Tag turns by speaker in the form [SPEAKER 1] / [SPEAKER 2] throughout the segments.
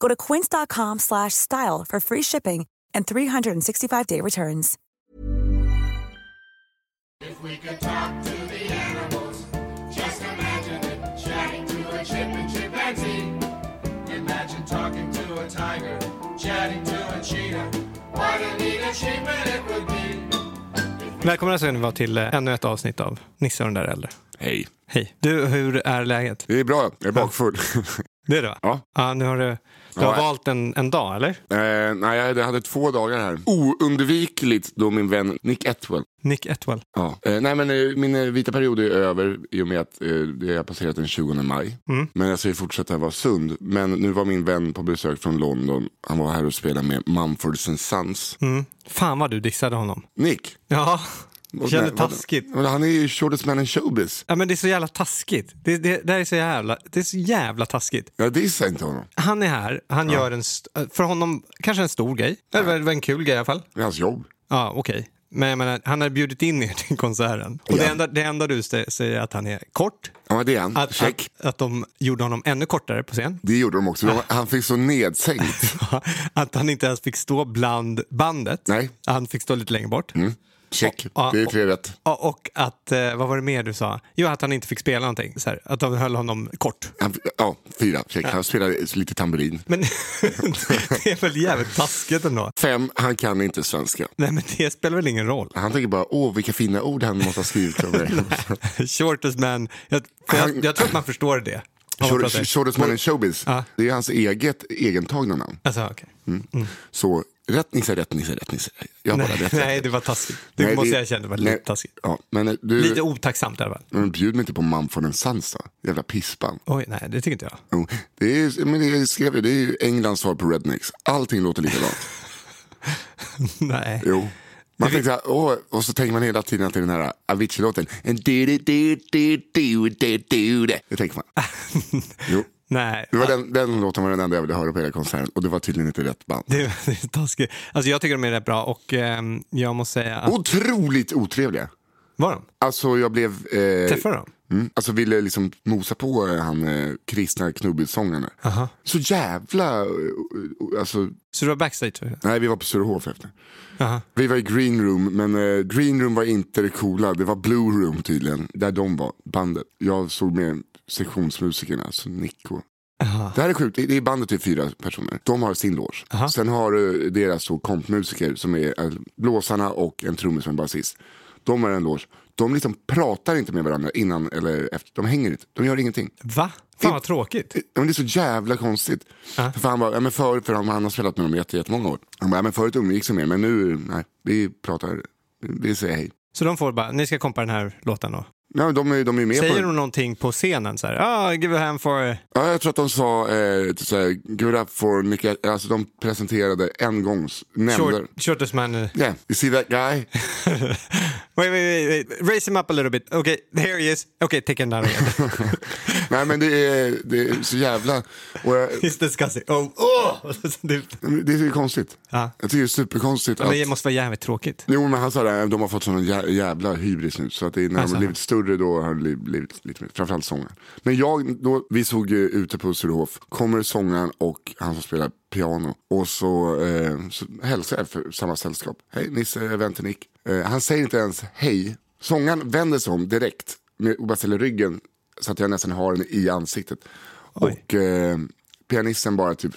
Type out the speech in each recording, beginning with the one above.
[SPEAKER 1] Go to quince.com slash style for free shipping and 365-day returns.
[SPEAKER 2] If we could talk to the animals, just imagine it. Chatting to a chip and chimpanzee. Imagine talking to a tiger, chatting to a cheetah. What a neat achievement it would be.
[SPEAKER 3] Välkomna ska ni vara till eh, ännu ett avsnitt av Nisse och den där äldre.
[SPEAKER 4] Hej.
[SPEAKER 3] Hej. Du, hur är läget?
[SPEAKER 4] Det är bra, jag är bakfull.
[SPEAKER 3] Det är du? va?
[SPEAKER 4] Ja.
[SPEAKER 3] ja nu har du, du har
[SPEAKER 4] Ja.
[SPEAKER 3] valt en, en dag, eller?
[SPEAKER 4] eh, nej, jag hade- hade två dagar här. Oundvikligt då min vän Nick Etwell.
[SPEAKER 3] Nick Etwell.
[SPEAKER 4] Ja. Eh, nej, men eh, min eh, vita period är över i och med att eh, det har passerat den 20 maj.
[SPEAKER 3] Mm.
[SPEAKER 4] Men jag ska ju fortsätta vara sund. Men nu var min vän på besök från London. Han var här och spelade med Mumfords and Sons.
[SPEAKER 3] Mm. Fan vad du dissade honom.
[SPEAKER 4] Nick.
[SPEAKER 3] Ja,
[SPEAKER 4] vad-
[SPEAKER 3] kände
[SPEAKER 4] vad-
[SPEAKER 3] taskigt.
[SPEAKER 4] Men Han är ju shortest man in showbiz.
[SPEAKER 3] Ja, men det är så jävla taskigt. Det, det, det här är så jävla, det är så jävla taskigt.
[SPEAKER 4] Jag dissar inte honom.
[SPEAKER 3] Han är här, han gör en, st- för honom kanske en stor grej. Eller det var en kul grej i alla fall.
[SPEAKER 4] Det är hans jobb.
[SPEAKER 3] Ja, okej. Men jag menar, han har bjudit in er till konserten. Och det,
[SPEAKER 4] Ja.
[SPEAKER 3] enda, det enda du stä- säger är att han är kort.
[SPEAKER 4] Ja, det är han.
[SPEAKER 3] Att,
[SPEAKER 4] Check.
[SPEAKER 3] att, att de gjorde honom ännu kortare på scen.
[SPEAKER 4] Det gjorde de också. De- Han fick så nedsänkt.
[SPEAKER 3] Att han inte ens fick stå bland bandet.
[SPEAKER 4] Nej. Mm.
[SPEAKER 3] Han fick stå lite längre bort.
[SPEAKER 4] Check.
[SPEAKER 3] Ja,
[SPEAKER 4] Det är
[SPEAKER 3] och-
[SPEAKER 4] tre rätt.
[SPEAKER 3] Ja, Och att, eh, vad var det mer du sa? Jo, att han inte fick spela någonting. Så här, att de höll honom kort.
[SPEAKER 4] Han, ja, fyra. Check. Han spelar lite tamburin.
[SPEAKER 3] Men det är väl jävligt taskigt ändå.
[SPEAKER 4] Fem, han kan inte svenska.
[SPEAKER 3] Nej, men det spelar väl ingen roll.
[SPEAKER 4] Han tänker bara, åh vilka fina ord han måste ha skrivit om mig.
[SPEAKER 3] Shortest man. Jag, för jag, jag tror att man förstår det. Om man pratar-
[SPEAKER 4] Short- Shortest man in showbiz.
[SPEAKER 3] Ja.
[SPEAKER 4] Det är hans eget egentagna namn.
[SPEAKER 3] Alltså, okej.
[SPEAKER 4] Så rätt Nisse, rätt Nisse, rätt Nisse. Jag har bara
[SPEAKER 3] nej,
[SPEAKER 4] rätt.
[SPEAKER 3] nej, det var taskigt. Det
[SPEAKER 4] Nej,
[SPEAKER 3] måste jag erkänna, det var lite
[SPEAKER 4] nej.
[SPEAKER 3] taskigt.
[SPEAKER 4] Ja, men eh, du,
[SPEAKER 3] Lite otacksamt i alla fall.
[SPEAKER 4] men bjud mig inte på Mumford and Sons då. Jävla pissband.
[SPEAKER 3] Oj, nej, det tycker inte jag.
[SPEAKER 4] Jo, Det är, men det jag skrev det, det är ju Englands svar på Rednecks. Allting låter likadant.
[SPEAKER 3] nej.
[SPEAKER 4] Jo. Man tänkte, så här, åh, och så tänker man hela tiden till den här Avicii-låten. En du- du- du- du- du- du- du- du. Det tänker man. Jo.
[SPEAKER 3] nej.
[SPEAKER 4] Det var den, den låten var den enda jag ville höra på hela konserten och det var tydligen inte rätt band.
[SPEAKER 3] Det, det är taskigt. Alltså jag tycker de är rätt bra och ehm, jag måste säga att...
[SPEAKER 4] Otroligt otrevliga.
[SPEAKER 3] Var de?
[SPEAKER 4] Alltså jag blev... Eh,
[SPEAKER 3] Träffade de?
[SPEAKER 4] mm, alltså ville liksom mosa på eh, han eh, kristna knubbelsångaren.
[SPEAKER 3] Aha.
[SPEAKER 4] Så jävla... eh, eh, Alltså,
[SPEAKER 3] Så du var backstage? va?
[SPEAKER 4] nej vi var på Sturehof efter.
[SPEAKER 3] Aha.
[SPEAKER 4] Vi var i Green Room, men eh, Green Room var inte det coola. Det var Blue Room tydligen, där de var, bandet. Jag såg med sektionsmusikerna, alltså Nico.
[SPEAKER 3] Aha.
[SPEAKER 4] Det här är sjukt, det det är bandet är fyra personer. De har sin loge.
[SPEAKER 3] Aha.
[SPEAKER 4] Sen har du deras så kompmusiker som är eh, blåsarna och en trummis och en basist. De har en loge. De liksom pratar inte med varandra innan eller efter. De hänger inte, de gör ingenting.
[SPEAKER 3] Va? Fan vad tråkigt.
[SPEAKER 4] Ja, Men det är så jävla konstigt.
[SPEAKER 3] Ja.
[SPEAKER 4] För han, bara, ja, men för, för han, han har spelat med dem i jätte- jättemånga år. Han bara, ja, men förut umgicks vi mer, men nu, nej, vi pratar, vi säger hej.
[SPEAKER 3] Så de får bara, ni ska kompa den här låten då.
[SPEAKER 4] Ja, men de, är- de är med på
[SPEAKER 3] Säger
[SPEAKER 4] det.
[SPEAKER 3] de någonting på scenen så här? Ah, give a hand for...
[SPEAKER 4] Ja, jag tror att de sa, eh, så här, good up for Nicka, alltså de presenterade en gångs, nämnder.
[SPEAKER 3] Short, shortest man... wait,
[SPEAKER 4] Yeah, you see that guy?
[SPEAKER 3] wait, wait, wait. Raise him up a little bit. Okay, there he is. Okay, take him down again.
[SPEAKER 4] Nej men det är, det är så jävla, och jag,
[SPEAKER 3] He's disgusting. Oh, oh! det,
[SPEAKER 4] det är så konstigt.
[SPEAKER 3] Ja.
[SPEAKER 4] Jag tycker det är superkonstigt
[SPEAKER 3] men det
[SPEAKER 4] att,
[SPEAKER 3] måste vara jävligt tråkigt.
[SPEAKER 4] jo men han sa det, här, de har fått sån jä- jävla hybris nu så att det, är- när de
[SPEAKER 3] Alltså.
[SPEAKER 4] har blivit större då har det bli- blivit lite mer, framförallt sångaren. Men jag, då, vi såg ju ute på Sturehof, kommer sångaren och han som spelar piano och så, eh, så hälsar jag för samma sällskap. Hej Nisse, jag väntar Nick. Eh, han säger inte ens hej. Sångaren vänder sig om direkt med, och bara ställer ryggen så att jag nästan har den i ansiktet. Och eh, pianisten bara typ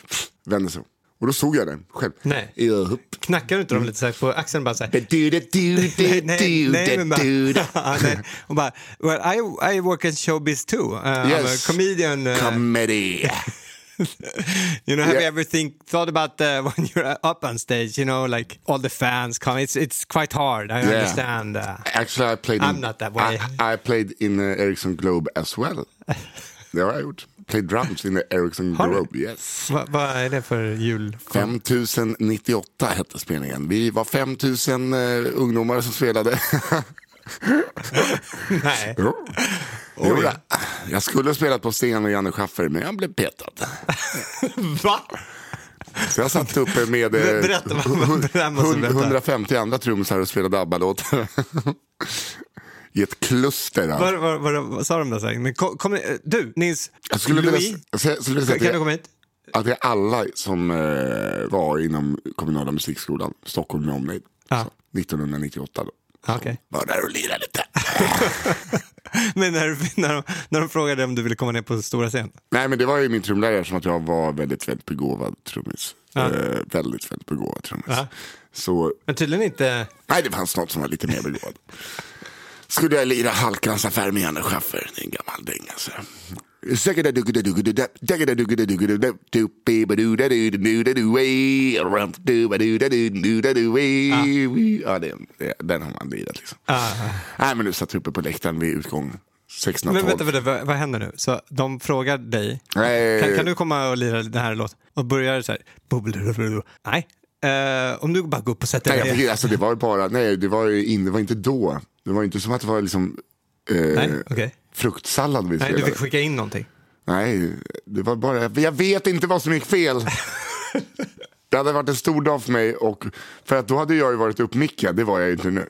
[SPEAKER 4] vänder sig om. Och då såg jag den själv.
[SPEAKER 3] Nej.
[SPEAKER 4] Jupp.
[SPEAKER 3] Knackar du inte dem lite så här på axeln bara så här? Nej, nej, nej, men
[SPEAKER 4] Du-du-du-du-du-du-du.
[SPEAKER 3] bara, nej. Och bara, well, I, I work in showbiz too. Uh, I'm a
[SPEAKER 4] Yes.
[SPEAKER 3] comedian. Uh,
[SPEAKER 4] Comedy.
[SPEAKER 3] you know, have you
[SPEAKER 4] Yeah.
[SPEAKER 3] ever think, thought about uh, when you're up on stage, you know, like all the fans come. It's, it's quite hard, I
[SPEAKER 4] Yeah.
[SPEAKER 3] understand. Uh,
[SPEAKER 4] Actually I played
[SPEAKER 3] I'm
[SPEAKER 4] in,
[SPEAKER 3] not that way.
[SPEAKER 4] I, I played in the Ericsson Globe as well. Det har jag gjort. Played drums in the Ericsson
[SPEAKER 3] Har du?
[SPEAKER 4] Globe. Yes.
[SPEAKER 3] vad, vad är det för jul?
[SPEAKER 4] 5098 hette spelningen. Vi var 5000 eh, ungdomar som spelade.
[SPEAKER 3] Nej.
[SPEAKER 4] Jo. Jo, det. jag skulle ha spelat på Sten och Janne Schaffer, men jag blev petad.
[SPEAKER 3] Va?
[SPEAKER 4] Så jag satt uppe med eh,
[SPEAKER 3] Berätta, vad- vad- det här måste du berätta.
[SPEAKER 4] 150 andra trummisar och spelade ABBA-låtar. I ett kluster. alltså.
[SPEAKER 3] Vad, vad, vad, vad sa de där sen? Men kom, kom, eh, du, Nils,
[SPEAKER 4] Jag skulle vilja,
[SPEAKER 3] Louis,
[SPEAKER 4] s- jag skulle- skulle vilja
[SPEAKER 3] kan
[SPEAKER 4] säga
[SPEAKER 3] du
[SPEAKER 4] att,
[SPEAKER 3] komma
[SPEAKER 4] det,
[SPEAKER 3] hit?
[SPEAKER 4] att det är alla som eh, var inom kommunala musikskolan, Stockholm med omnejd,
[SPEAKER 3] Ja.
[SPEAKER 4] så, 1998. Då.
[SPEAKER 3] Ah, okej.
[SPEAKER 4] Var där och lirade lite.
[SPEAKER 3] Men när, när, de, när de frågade om du ville komma ner på stora scen?
[SPEAKER 4] Nej men det var ju min trumlärare som att jag var väldigt, väldigt begåvad trummis. Eh, väldigt, väldigt begåvad trummis.
[SPEAKER 3] Ja.
[SPEAKER 4] Så
[SPEAKER 3] Men tydligen inte.
[SPEAKER 4] Nej, det fanns något som var lite mer begåvad. Skulle jag lira Halkans affär med Janne Schaffer, det är en gammal dänga. Så. Ja, den, den har man lirat liksom.
[SPEAKER 3] Ah.
[SPEAKER 4] Nej, men du satt uppe på läktaren vid utgång
[SPEAKER 3] Men vänta,
[SPEAKER 4] 1612.
[SPEAKER 3] vänta vad, vad händer nu? Så de frågar dig,
[SPEAKER 4] Nej.
[SPEAKER 3] kan, kan du komma och lira den här låten? Och börjar så här, bubbel- nej. Eh, om du bara går upp och sätter
[SPEAKER 4] Nej, jag
[SPEAKER 3] dig
[SPEAKER 4] fick, alltså, det var ju bara, nej, det var ju in, det var inte då. Det var inte som att det var liksom eh,
[SPEAKER 3] Nej, okej.
[SPEAKER 4] fruktsallad
[SPEAKER 3] Nej,
[SPEAKER 4] vi
[SPEAKER 3] du
[SPEAKER 4] spelade.
[SPEAKER 3] fick skicka in någonting.
[SPEAKER 4] Nej, det var bara, jag vet inte vad som gick fel. Det hade varit en stor dag för mig, och, för att då hade jag ju varit uppmickad, det var jag ju inte nu.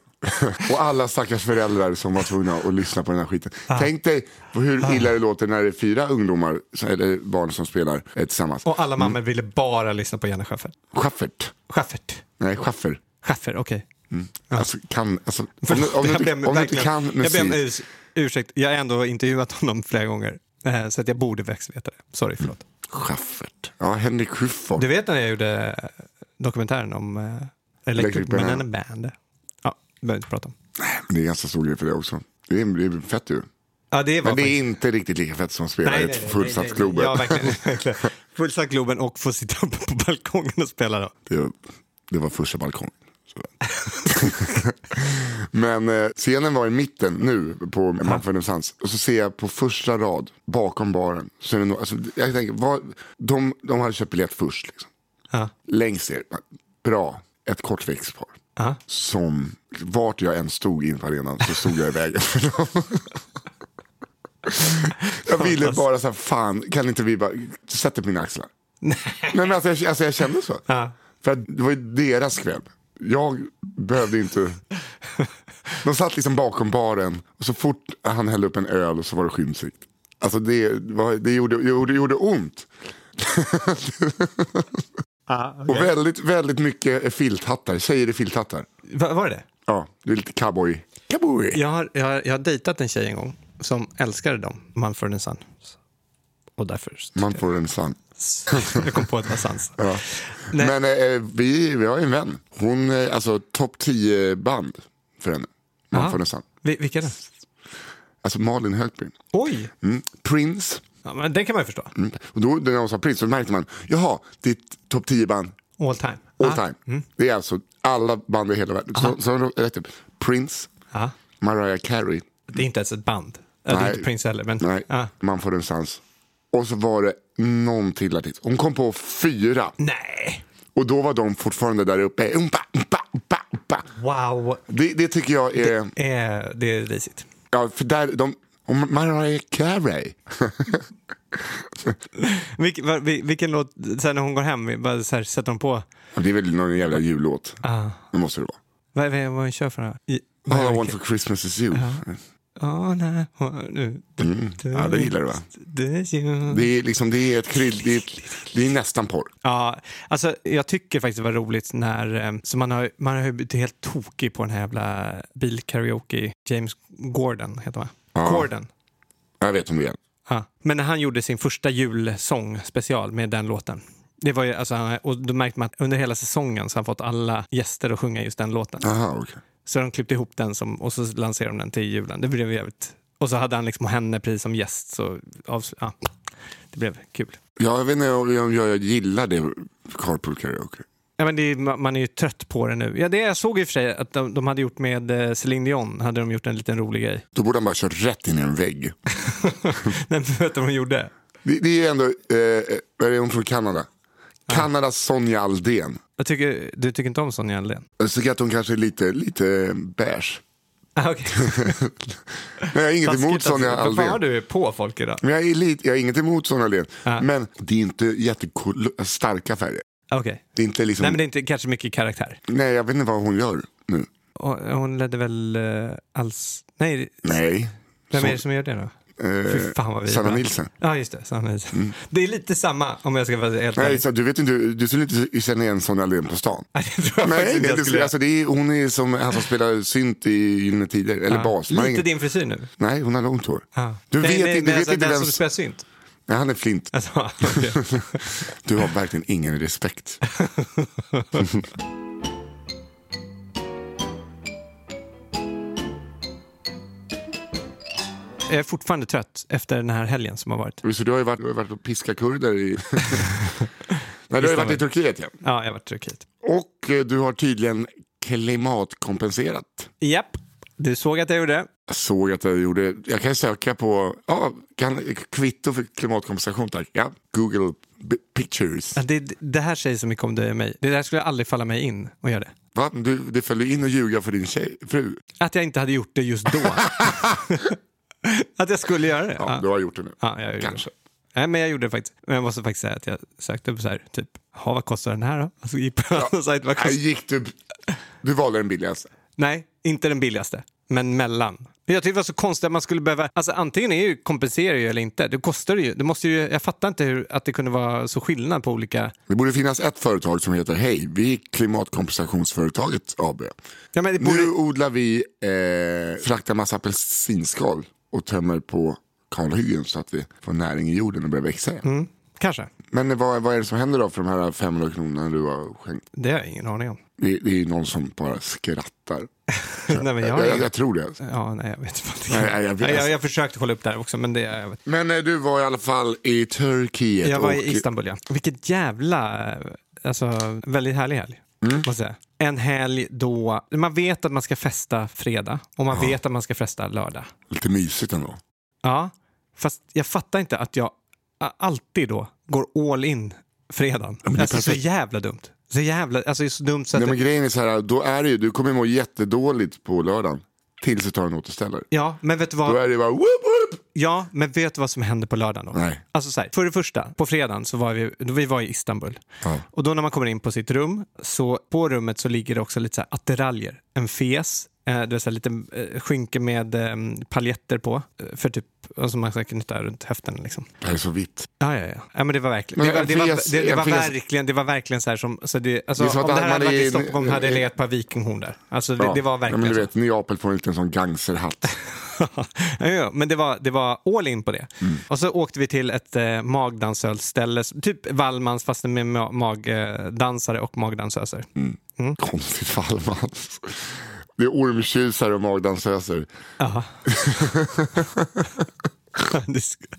[SPEAKER 4] Och alla stackars föräldrar som var tvungna att lyssna på den här skiten.
[SPEAKER 3] Ah.
[SPEAKER 4] Tänk dig hur illa det låter när det är fyra ungdomar, eller barn som spelar eh, tillsammans.
[SPEAKER 3] Och alla mammor ville bara lyssna på Janne Schaffert.
[SPEAKER 4] Schaffert,
[SPEAKER 3] Schaffert.
[SPEAKER 4] nej Schaffer.
[SPEAKER 3] Schaffer, okej.
[SPEAKER 4] Alltså, kan, alltså, om du, om
[SPEAKER 3] Jag
[SPEAKER 4] du, inte-
[SPEAKER 3] ber
[SPEAKER 4] om du inte
[SPEAKER 3] verkligen-
[SPEAKER 4] kan
[SPEAKER 3] Jag ber om urs-
[SPEAKER 4] musik.
[SPEAKER 3] ursäkt, jag har ändå intervjuat honom flera gånger. eh, Så att jag borde faktiskt veta det. Sorry, förlåt.
[SPEAKER 4] Schaffert, ja Henrik Schyffert.
[SPEAKER 3] Du vet när jag gjorde eh, dokumentären om eh, Electric,
[SPEAKER 4] Electric
[SPEAKER 3] Banana
[SPEAKER 4] Banana.
[SPEAKER 3] Band? Ja, det behöver vi inte prata om.
[SPEAKER 4] Det är ganska stor grej för det också. Det är, det är fett ju.
[SPEAKER 3] Ja, det var
[SPEAKER 4] Men det
[SPEAKER 3] faktiskt-
[SPEAKER 4] är inte riktigt lika fett som att spela i ett fullsatt Globen.
[SPEAKER 3] Ja, verkligen. verkligen. Fullsatt Globen och få sitta uppe på balkongen och spela då.
[SPEAKER 4] det, var- det var första balkongen. Så. Men eh, scenen var i mitten nu på Manfred Sans. Och så ser jag på första rad bakom baren. Så är det no- alltså, jag tänker, vad, de, de hade köpt biljett först. Liksom.
[SPEAKER 3] Ja.
[SPEAKER 4] Längst ner, bra, ett kortväxtpar.
[SPEAKER 3] Ja.
[SPEAKER 4] Som, vart jag än stod in på arenan så stod jag i vägen för dem. Jag ville bara så här, fan, kan inte vi bara, sätt dig på mina axlar. Nej men alltså jag, alltså, jag kände så.
[SPEAKER 3] Ja.
[SPEAKER 4] För att det var ju deras kväll. Jag behövde inte... De satt liksom bakom baren och så fort han hällde upp en öl så var det skymsikt. Alltså det, var, det gjorde, gjorde, gjorde ont.
[SPEAKER 3] Ah,
[SPEAKER 4] Och väldigt, väldigt mycket filthattar, tjejer i filthattar.
[SPEAKER 3] Va, var det det?
[SPEAKER 4] Ja, det är lite cowboy. Cowboy!
[SPEAKER 3] Jag har, jag, har, jag har dejtat en tjej en gång som älskade dem, Manfred and Sons. Och därför
[SPEAKER 4] Man får en sann.
[SPEAKER 3] jag kom på att det var Sans.
[SPEAKER 4] Ja.
[SPEAKER 3] Nej.
[SPEAKER 4] Men eh, vi, vi har ju en vän. Hon, eh, alltså topp 10 band för henne. Man får en sann.
[SPEAKER 3] Vi, vilka är det?
[SPEAKER 4] Alltså Malin Högby.
[SPEAKER 3] Oj!
[SPEAKER 4] Mm. Prince.
[SPEAKER 3] Ja, men den kan man ju förstå.
[SPEAKER 4] Mm. Och då när de sa Prince så märkte man, jaha, ditt topp 10-band
[SPEAKER 3] All time.
[SPEAKER 4] all
[SPEAKER 3] Ah.
[SPEAKER 4] time. Det är alltså alla band i hela världen. Så, så har de rätt upp. Prince,
[SPEAKER 3] Ja.
[SPEAKER 4] Mariah Carey,
[SPEAKER 3] Det är inte ens ett band. Nej. Det är
[SPEAKER 4] Nej.
[SPEAKER 3] inte Prince heller, men...
[SPEAKER 4] nej,
[SPEAKER 3] Ah.
[SPEAKER 4] Man får en sans. Och så var det någon till artist. Hon kom på fyra.
[SPEAKER 3] Nej!
[SPEAKER 4] Och då var de fortfarande där uppe. Umpa, umpa, umpa, umpa.
[SPEAKER 3] Wow!
[SPEAKER 4] Det, det tycker jag är...
[SPEAKER 3] Eh, det är risigt.
[SPEAKER 4] Ja, för där, de, och Mariah Carey.
[SPEAKER 3] Vilk, va, vil- vilken låt, sen när hon går hem, vi bara så här, sätter hon på...
[SPEAKER 4] Det är väl någon jävla jullåt.
[SPEAKER 3] Ah.
[SPEAKER 4] Det måste det vara.
[SPEAKER 3] Vad är det vad hon kör för några? I-
[SPEAKER 4] All I want for Christmas is you. Mm.
[SPEAKER 3] Åh, nej, åh, nu.
[SPEAKER 4] Ja, det gillar du va?
[SPEAKER 3] Det är-
[SPEAKER 4] Det är, liksom, det är, ett kryll, det är, det är nästan porr.
[SPEAKER 3] Ja, alltså jag tycker faktiskt det var roligt när, eh, så man har, man har ju blivit helt tokig på den här jävla bilkaraoke, James Gordon heter han va? Gordon.
[SPEAKER 4] Jag vet om det är.
[SPEAKER 3] Ja. Men när han gjorde sin första julsång special med den låten, Det var ju, alltså, han- och då märkte man att under hela säsongen så har han fått alla gäster att sjunga just den låten.
[SPEAKER 4] Aha, okej.
[SPEAKER 3] Så de klippte ihop den som, och så lanserade de den till julen. Det blev jävligt... Och så hade han liksom henne precis som gäst. Så av, ja, det blev kul.
[SPEAKER 4] Ja, jag vet inte om jag, jag gillar det, carpool karaoke.
[SPEAKER 3] Ja, men det är, ma- man är ju trött på det nu. Ja, det jag såg i och för sig att de, de hade gjort med eh, Céline Dion, hade de gjort en liten rolig grej.
[SPEAKER 4] Då borde han bara kört rätt in i en vägg.
[SPEAKER 3] Nej, men vet du vad de gjorde?
[SPEAKER 4] Det, det är ju ändå, eh, vad är hon från Kanada? Kanadas Sonja Aldén.
[SPEAKER 3] Jag tycker, du tycker inte om Sonja Aldén?
[SPEAKER 4] Jag tycker att hon kanske är lite, lite beige.
[SPEAKER 3] Ah, okay.
[SPEAKER 4] Men jag har inget emot Sonja
[SPEAKER 3] Vad fan vad
[SPEAKER 4] Aldén.
[SPEAKER 3] du är på folk idag.
[SPEAKER 4] Men jag, är lite, jag har inget emot Sonja Aldén. Men det är inte jättekol- starka färger.
[SPEAKER 3] Ah, Okej.
[SPEAKER 4] Det är inte liksom,
[SPEAKER 3] Nej, men det är inte kanske mycket karaktär.
[SPEAKER 4] nej, jag vet inte vad hon gör nu.
[SPEAKER 3] Och, hon ledde väl eh, alls... Nej,
[SPEAKER 4] Nej.
[SPEAKER 3] vem
[SPEAKER 4] Så-
[SPEAKER 3] är det som gör det då?
[SPEAKER 4] eh,
[SPEAKER 3] Fy fan vad vi är
[SPEAKER 4] Sanna
[SPEAKER 3] bra.
[SPEAKER 4] Nielsen. Mm.
[SPEAKER 3] Ja, just det. Sanna Nielsen. Det är lite samma om jag ska vara helt
[SPEAKER 4] Nej,
[SPEAKER 3] ärlig.
[SPEAKER 4] så du vet inte, du skulle inte känna igen Sonja Aldén på stan.
[SPEAKER 3] Nej, det tror jag faktiskt
[SPEAKER 4] Nej,
[SPEAKER 3] inte
[SPEAKER 4] det,
[SPEAKER 3] jag
[SPEAKER 4] det,
[SPEAKER 3] skulle göra.
[SPEAKER 4] alltså det är, hon är som han som spelar synt i Gyllene Tider, eller
[SPEAKER 3] Ja.
[SPEAKER 4] bas. Man har
[SPEAKER 3] Lite
[SPEAKER 4] ingen-
[SPEAKER 3] din frisyr nu.
[SPEAKER 4] Nej, hon har långt hår.
[SPEAKER 3] Ja.
[SPEAKER 4] Du
[SPEAKER 3] nej,
[SPEAKER 4] vet,
[SPEAKER 3] nej,
[SPEAKER 4] inte-
[SPEAKER 3] men
[SPEAKER 4] du vet
[SPEAKER 3] alltså,
[SPEAKER 4] inte
[SPEAKER 3] den
[SPEAKER 4] vem...
[SPEAKER 3] som spelar synt.
[SPEAKER 4] Nej, han är flint.
[SPEAKER 3] Alltså, okej.
[SPEAKER 4] Du har verkligen ingen respekt.
[SPEAKER 3] Jag är fortfarande trött efter den här helgen som har varit.
[SPEAKER 4] Så du har ju varit, du har ju varit och piskat kurder i... Nej, du har ju varit i Turkiet igen.
[SPEAKER 3] Ja, jag har varit i Turkiet.
[SPEAKER 4] Och eh, du har tydligen klimatkompenserat.
[SPEAKER 3] Japp, du såg att jag gjorde.
[SPEAKER 4] Jag såg att jag gjorde... Jag kan söka på... Ja, kan, kvitto för klimatkompensation, tack. Ja, Google b- Pictures.
[SPEAKER 3] Ja, Det, det här säger så mycket om dig och mig. Det där skulle aldrig falla mig in att göra det.
[SPEAKER 4] Va? Du, det föll ju in och ljuga för din tjej, fru.
[SPEAKER 3] Att jag inte hade gjort det just då. att jag skulle göra det.
[SPEAKER 4] Ja,
[SPEAKER 3] Ja,
[SPEAKER 4] Du har gjort det nu.
[SPEAKER 3] ja jag gjorde
[SPEAKER 4] Kanske.
[SPEAKER 3] det. Nej, men jag gjorde det faktiskt. Men jag måste faktiskt säga att jag sökte upp så här, typ, "Ha, vad kostar den här då? Alltså, gick på en annan sajt, vad
[SPEAKER 4] Nej,
[SPEAKER 3] kostar...
[SPEAKER 4] gick du... Du valde den billigaste.
[SPEAKER 3] Nej, inte den billigaste, men mellan. Jag tyckte det var så konstigt att man skulle behöva... Alltså antingen är ju, kompenserar ju eller inte. Det kostar det ju. Det måste ju jag fattar inte hur, att det kunde vara så skillnad på olika...
[SPEAKER 4] Det borde finnas ett företag som heter Hej, vi är klimatkompensationsföretaget AB.
[SPEAKER 3] Ja, men det
[SPEAKER 4] Nu
[SPEAKER 3] borde...
[SPEAKER 4] odlar vi, eh, fraktar massa apelsinskal och tömmer på kalhyggen så att vi får näring i jorden och börjar växa igen.
[SPEAKER 3] Mm. Kanske.
[SPEAKER 4] Men vad, vad är det som händer då för de här 500 kronorna du har skänkt?
[SPEAKER 3] Det har jag ingen aning om.
[SPEAKER 4] Det, det är ju någon som bara skrattar.
[SPEAKER 3] nej, men jag, har
[SPEAKER 4] Jag, jag,
[SPEAKER 3] ingen-
[SPEAKER 4] jag tror det.
[SPEAKER 3] Ja, nej, jag vet inte. vad det
[SPEAKER 4] Nej,
[SPEAKER 3] är.
[SPEAKER 4] nej, jag vet-
[SPEAKER 3] Nej, jag, jag försökte kolla upp det här också, men det... Jag, vet.
[SPEAKER 4] Men eh, du var i alla fall i Turkiet.
[SPEAKER 3] jag var
[SPEAKER 4] och-
[SPEAKER 3] i Istanbul, ja. Vilket jävla... Alltså, väldigt härlig helg.
[SPEAKER 4] Mm.
[SPEAKER 3] Måste jag säga. En helg då man vet att man ska festa fredag och man vet att man ska festa lördag.
[SPEAKER 4] Lite mysigt ändå.
[SPEAKER 3] Ja, fast jag fattar inte att jag a- alltid då går all in fredagen.
[SPEAKER 4] men det är
[SPEAKER 3] alltså så
[SPEAKER 4] perfekt.
[SPEAKER 3] jävla dumt. Så jävla, alltså det är så dumt så att...
[SPEAKER 4] Nej, men grejen är så här, då är det ju, du kommer må jättedåligt på lördagen. Tills du tar en återställare.
[SPEAKER 3] Ja, men vet du
[SPEAKER 4] Då
[SPEAKER 3] vad?
[SPEAKER 4] är det bara whoop, whoop.
[SPEAKER 3] Ja, men vet du vad som hände på lördagen då?
[SPEAKER 4] Nej.
[SPEAKER 3] Alltså så här, för det första, på fredagen så var vi, vi var i Istanbul.
[SPEAKER 4] Ja.
[SPEAKER 3] Och då när man kommer in på sitt rum, så på rummet så ligger det också lite så här attiraljer. En fes, eh, det är så här lite eh, skynke med eh, paljetter på. eh, För typ, alltså man ska knyta runt höften liksom.
[SPEAKER 4] Det här är så vitt.
[SPEAKER 3] Ja, ja, ja. ja men det var verkligen,
[SPEAKER 4] Men
[SPEAKER 3] det, var, det, var,
[SPEAKER 4] en fes-
[SPEAKER 3] det, det,
[SPEAKER 4] en
[SPEAKER 3] var
[SPEAKER 4] fes-
[SPEAKER 3] verkligen det var verkligen så här som, så det, alltså,
[SPEAKER 4] Det är som
[SPEAKER 3] om
[SPEAKER 4] att
[SPEAKER 3] det här
[SPEAKER 4] man
[SPEAKER 3] hade varit
[SPEAKER 4] är
[SPEAKER 3] i
[SPEAKER 4] i-
[SPEAKER 3] Stockholm hade det legat ett par vikinghorn där. Alltså det,
[SPEAKER 4] Ja.
[SPEAKER 3] det var verkligen
[SPEAKER 4] ja, men
[SPEAKER 3] så.
[SPEAKER 4] du vet, Neapel får inte en sån gangsterhatt.
[SPEAKER 3] ja, ja, men det var, det var all in på det.
[SPEAKER 4] Mm.
[SPEAKER 3] Och så åkte vi till ett eh, magdansölsställe, typ Wallmans fast med ma- magdansare och magdansöser.
[SPEAKER 4] Mm.
[SPEAKER 3] Mm.
[SPEAKER 4] Konstigt fall, man. Det är ormtjusare och magdansöser.
[SPEAKER 3] Ja. Det sk-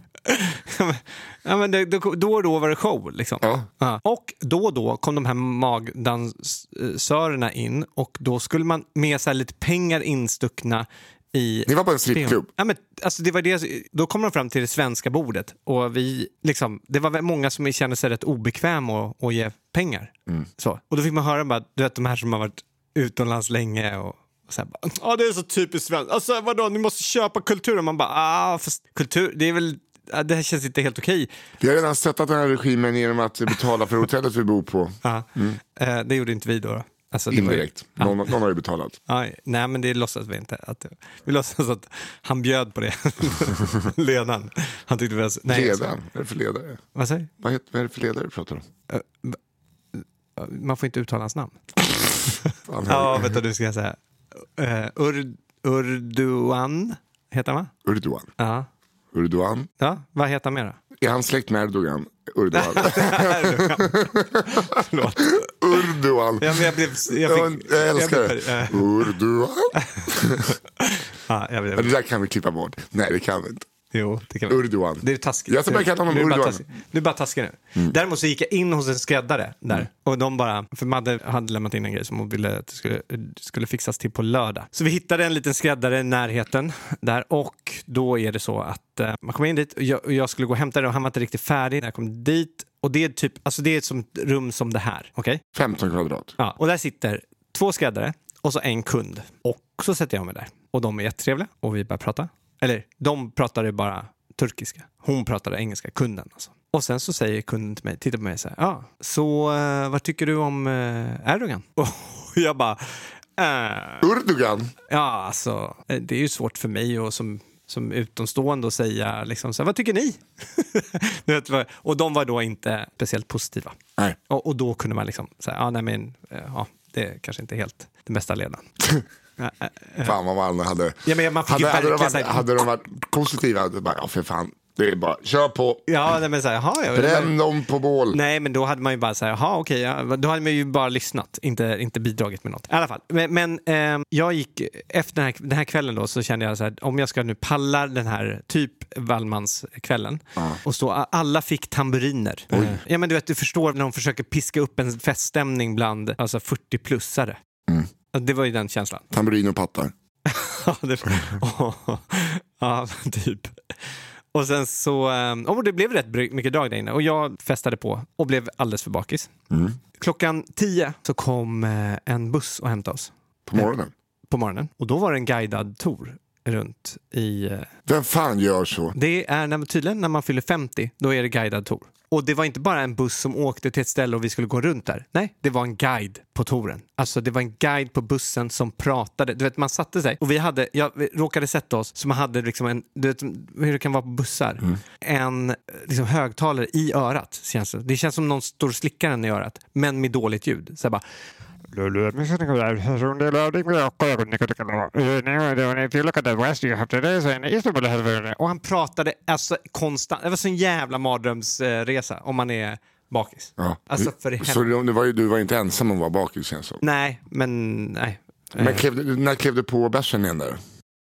[SPEAKER 3] Ja, men- ja, men det, då, då och då var det show. Liksom.
[SPEAKER 4] Ja.
[SPEAKER 3] Och då och då kom de här magdansörerna in och då skulle man med så här lite pengar instuckna i...
[SPEAKER 4] Ni var på en strippklubb.
[SPEAKER 3] Ja, men, alltså, det var det, då kom de fram till det svenska bordet och vi, liksom, det var väl många som kände sig rätt obekväma att, att ge pengar.
[SPEAKER 4] Mm.
[SPEAKER 3] Så. Och då fick man höra bara, du vet, de här som har varit utomlands länge och och så här, bara, ah, det är så typiskt svenskt. Alltså vadå, ni måste köpa kulturen. Man bara, ah, fast kultur, det är väl, ah, det här känns inte helt okej.
[SPEAKER 4] Vi har redan stöttat den här regimen genom att betala för hotellet vi bor på.
[SPEAKER 3] Ja. Eh, det gjorde inte vi då. då. Alltså, det var ju-
[SPEAKER 4] Mm. Indirekt. Någon, någon har ju betalat.
[SPEAKER 3] Aj, nej, men det låtsas vi inte. Att, vi låtsas att han bjöd på det. Ledaren. Han tyckte vi var... så- Nej, jag-
[SPEAKER 4] Ledaren. Vad är det för ledare?
[SPEAKER 3] Vad säger du?
[SPEAKER 4] Vad, heter, vad är det för ledare du pratar om?
[SPEAKER 3] Man får inte uttala hans namn.
[SPEAKER 4] Fan,
[SPEAKER 3] Ja, vänta du ska jag säga. Uh, Ur, Urduan heter han va?
[SPEAKER 4] Urduan.
[SPEAKER 3] Ja.
[SPEAKER 4] Urduan.
[SPEAKER 3] ja. Vad heter han mer då?
[SPEAKER 4] Är han släkt med Erdogan? Urduan. Urduan.
[SPEAKER 3] Ja, men jag blev... Jag,
[SPEAKER 4] Jag,
[SPEAKER 3] fick,
[SPEAKER 4] jag älskar
[SPEAKER 3] jag blev- eh,
[SPEAKER 4] det. Urduan.
[SPEAKER 3] ja, jag
[SPEAKER 4] Det
[SPEAKER 3] blev,
[SPEAKER 4] där kan vi klippa bort. Nej, det kan vi inte.
[SPEAKER 3] jo, det kan vi.
[SPEAKER 4] Urduan.
[SPEAKER 3] Det är taskigt.
[SPEAKER 4] Jag ska börja kalla honom
[SPEAKER 3] Nu är det bara
[SPEAKER 4] Urduan. Mm.
[SPEAKER 3] taskigt. Nu är det bara taskigt nu. Däremot så gick jag in hos en skräddare där. Och de bara, för Madde hade lämnat in en grej som hon ville att det skulle, skulle fixas till på lördag. Så vi hittade en liten skräddare i närheten där och då är det så att eh, man kommer in dit och jag, och jag skulle gå och hämta det och han var inte riktigt färdig när jag kom dit. Och det är typ, alltså det är som ett rum som det här. Okej?
[SPEAKER 4] 15 kvadrat.
[SPEAKER 3] Ja, och där sitter två skräddare och så en kund. Och så sätter jag mig där. Och de är jättetrevliga och vi börjar prata. Eller de pratade bara turkiska. Hon pratade engelska, kunden alltså. Och sen så säger kunden till mig, tittar på mig och säger ja, så eh, vad tycker du om eh, Erdogan? Och jag bara, eh,
[SPEAKER 4] Urdugan.
[SPEAKER 3] ja alltså eh, det är ju svårt för mig och som som utomstående att säga liksom, så här, vad tycker ni? Du vet, vad- och de var då inte speciellt positiva.
[SPEAKER 4] Nej.
[SPEAKER 3] Och, och då kunde man liksom säga, ja, nej men, eh, ja, det är kanske inte helt den bästa ledaren.
[SPEAKER 4] Fan vad man hade...
[SPEAKER 3] Eh. Ja, men man fick ju
[SPEAKER 4] hade, hade, de
[SPEAKER 3] verkligen så
[SPEAKER 4] varit,
[SPEAKER 3] här-
[SPEAKER 4] hade de varit positiva, då bara, ja för fan, det är bara, kör på.
[SPEAKER 3] Ja, nej, men så här, jaha, ja,
[SPEAKER 4] Bränn dem på bål.
[SPEAKER 3] Nej, men då hade man ju bara så här, jaha, okej, ja, då hade man ju bara lyssnat, inte, inte bidragit med något. I alla fall, men, men ehm, jag gick, efter den här, den här kvällen då, så kände jag så här, om jag ska nu palla den här typ Wallmanskvällen, och så alla fick tamburiner. Eh, Ja, men du vet, du förstår när de försöker piska upp en feststämning bland alltså 40-plussare. Ja, Det var ju den känslan.
[SPEAKER 4] Tamburin och pattar.
[SPEAKER 3] Ja, det, Åh. ja typ. Och sen så, eh, och det blev rätt bry- mycket drag där inne och jag festade på och blev alldeles för bakis. Klockan tio så kom eh, en buss och hämtade oss
[SPEAKER 4] På morgonen.
[SPEAKER 3] på morgonen och då var det en guidad tour runt i... eh,
[SPEAKER 4] Vem fan gör så?
[SPEAKER 3] Det är när, tydligen när man fyller 50, då är det guidad tour. Och det var inte bara en buss som åkte till ett ställe och vi skulle gå runt där. Nej, det var en guide på touren. Alltså det var en guide på bussen som pratade. Du vet, man satte sig och vi hade, jag råkade sätta oss, så man hade liksom en, du vet hur det kan vara på bussar, en eh, liksom, högtalare i örat. Känns det. det känns som någon står och slickar en i örat, men med dåligt ljud. Så här bara,
[SPEAKER 5] Lulu, if you look at the west, you have today is in Istanbul. has been-
[SPEAKER 3] och han pratade alltså konstant. Det var så en jävla mardrömsresa eh, om man är bakis.
[SPEAKER 4] Ja.
[SPEAKER 3] Alltså för i helvete.
[SPEAKER 4] så du, du var, ju- du var inte ensam om att vara bakis känns det som.
[SPEAKER 3] Nej, men nej. Eh.
[SPEAKER 4] Men klev, du- när klev du på bärsen igen där?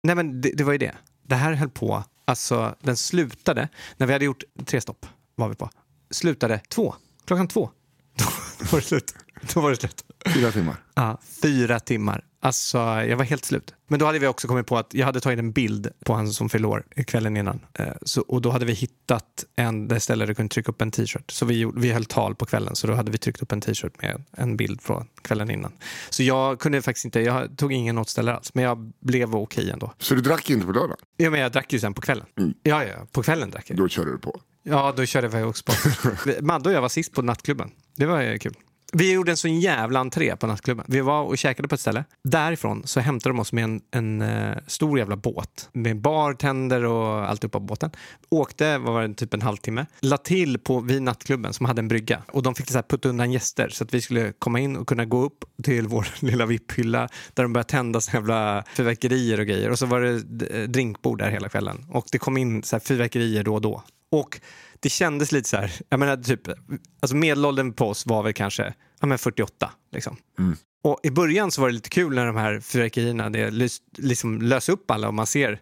[SPEAKER 3] Nej, men det, det var ju det. Det här höll på, alltså den slutade, när vi hade gjort tre stopp, var vi på, slutade två, klockan två. Då var det slut. Då var det slut.
[SPEAKER 4] Fyra timmar.
[SPEAKER 3] Ja, fyra timmar. Alltså, jag var helt slut. Men då hade vi också kommit på att jag hade tagit en bild på han som fyllde år kvällen innan. Eh, så, och då hade vi hittat en, det ställe där du kunde trycka upp en t-shirt. Så vi, gjorde- vi höll tal på kvällen, så då hade vi tryckt upp en t-shirt med en bild från kvällen innan. Så jag kunde faktiskt inte, jag tog ingen återställare alls, men jag blev okej ändå.
[SPEAKER 4] Så du drack inte på lördagen?
[SPEAKER 3] Ja, men jag drack ju sen på kvällen. Ja, ja, på kvällen drack jag.
[SPEAKER 4] Då körde du på.
[SPEAKER 3] Ja, då körde vi också på. Madde och jag var sist på nattklubben. Det var ju kul. Vi gjorde en sån jävla entré på nattklubben. Vi var och käkade på ett ställe. Därifrån så hämtade de oss med en, en eh, stor jävla båt med bartender och alltihopa på båten. Åkte, vad var det, typ en halvtimme. La till på vid nattklubben som hade en brygga och de fick så här putta undan gäster så att vi skulle komma in och kunna gå upp till vår lilla VIP-hylla där de började tända så jävla fyrverkerier och grejer. Och så var det eh, drinkbord där hela kvällen och det kom in så här fyrverkerier då och då. Och det kändes lite så här, jag menar typ, alltså medelåldern på oss var väl kanske ja, men 48. Liksom. Och i början så var det lite kul när de här fyrverkerierna, det lys, liksom lös upp alla och man ser.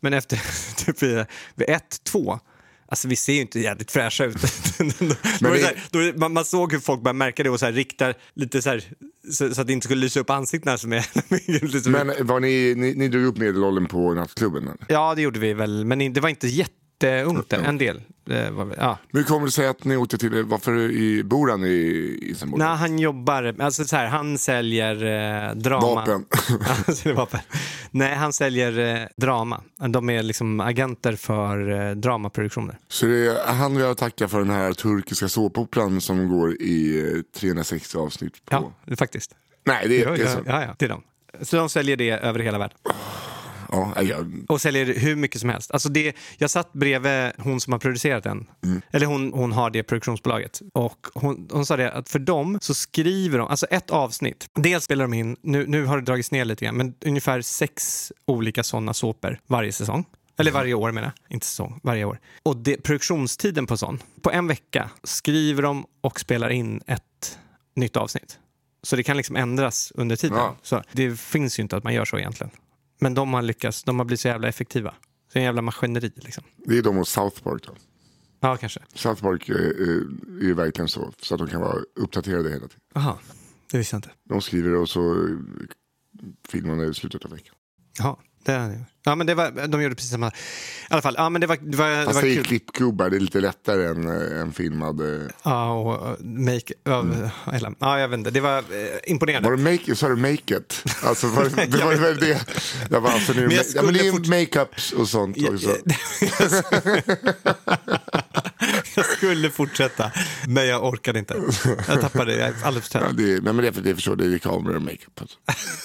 [SPEAKER 3] Men efter typ vid, vid ett, två, alltså vi ser ju inte jävligt fräscha ut. då, var det...
[SPEAKER 4] det-
[SPEAKER 3] så här, då, var det- man, man såg hur folk började märka det och så här riktar lite så här, så, så att det inte skulle lysa upp ansiktena. Som är, liksom.
[SPEAKER 4] Men var ni, ni, ni drog upp medelåldern på nattklubben? Eller?
[SPEAKER 3] Ja, det gjorde vi väl, men det var inte jätteungt, en del. eh, var, vi- ja.
[SPEAKER 4] Men hur kommer det sig att ni åkte till, varför i, bor han i Istanbul?
[SPEAKER 3] Nej, han jobbar, alltså så här, han säljer eh, drama.
[SPEAKER 4] Vapen.
[SPEAKER 3] Han säljer vapen. Nej, han säljer eh, drama. De är liksom agenter för eh, dramaproduktioner.
[SPEAKER 4] Så det är han vill jag tacka för den här turkiska såpoperan som går i eh, 360 avsnitt på.
[SPEAKER 3] Ja, faktiskt.
[SPEAKER 4] Nej, det,
[SPEAKER 3] Ja,
[SPEAKER 4] det är
[SPEAKER 3] ja,
[SPEAKER 4] så. Ja,
[SPEAKER 3] ja, ja, det är de. Så de säljer det över hela världen.
[SPEAKER 4] nej, jag,
[SPEAKER 3] Och säljer hur mycket som helst. Alltså det, jag satt bredvid hon som har producerat den. Eller hon, hon har det produktionsbolaget. Och hon, hon sa det att för dem så skriver de, alltså ett avsnitt. Dels spelar de in, nu, nu har det dragits ner lite grann, men ungefär sex olika sådana såpor varje säsong. Eller varje år menar jag. Inte säsong, varje år. Och det, produktionstiden på sån. På en vecka skriver de och spelar in ett nytt avsnitt. Så det kan liksom ändras under tiden.
[SPEAKER 4] Ja.
[SPEAKER 3] Så det finns ju inte att man gör så egentligen. Men de har lyckats. De har blivit så jävla effektiva. Så en jävla maskineri liksom.
[SPEAKER 4] Det är de och South Park då.
[SPEAKER 3] Ja, kanske.
[SPEAKER 4] South Park eh, eh, är ju verkligen så, så att de kan vara uppdaterade hela tiden.
[SPEAKER 3] Aha, det visste jag inte.
[SPEAKER 4] De skriver och så eh, filmar de i slutet av veckan.
[SPEAKER 3] Jaha. Det, ja, men det var, de gjorde precis samma. I alla fall, ja, men det var, det var, det var
[SPEAKER 4] Fast Alltså, det är
[SPEAKER 3] kul.
[SPEAKER 4] klippgubbar, det är lite lättare än, eh, än filmad. eh.
[SPEAKER 3] Ja, och uh, make... ja, eller, ja, jag vet inte. Det var eh, imponerande.
[SPEAKER 4] Mm. Var det make, sa du make it? Alltså, var, det- det var väl det? Jag bara, alltså, nu,
[SPEAKER 3] Men
[SPEAKER 4] men,
[SPEAKER 3] jag
[SPEAKER 4] ja, men det är ju
[SPEAKER 3] skulle fort-
[SPEAKER 4] makeups och sånt också.
[SPEAKER 3] jag skulle fortsätta, men jag orkade inte. Jag tappade, jag är alldeles för
[SPEAKER 4] Ja,
[SPEAKER 3] trött.
[SPEAKER 4] det, är- nej, men det, är för- det förstår jag, det är kameror och makeup. Alltså.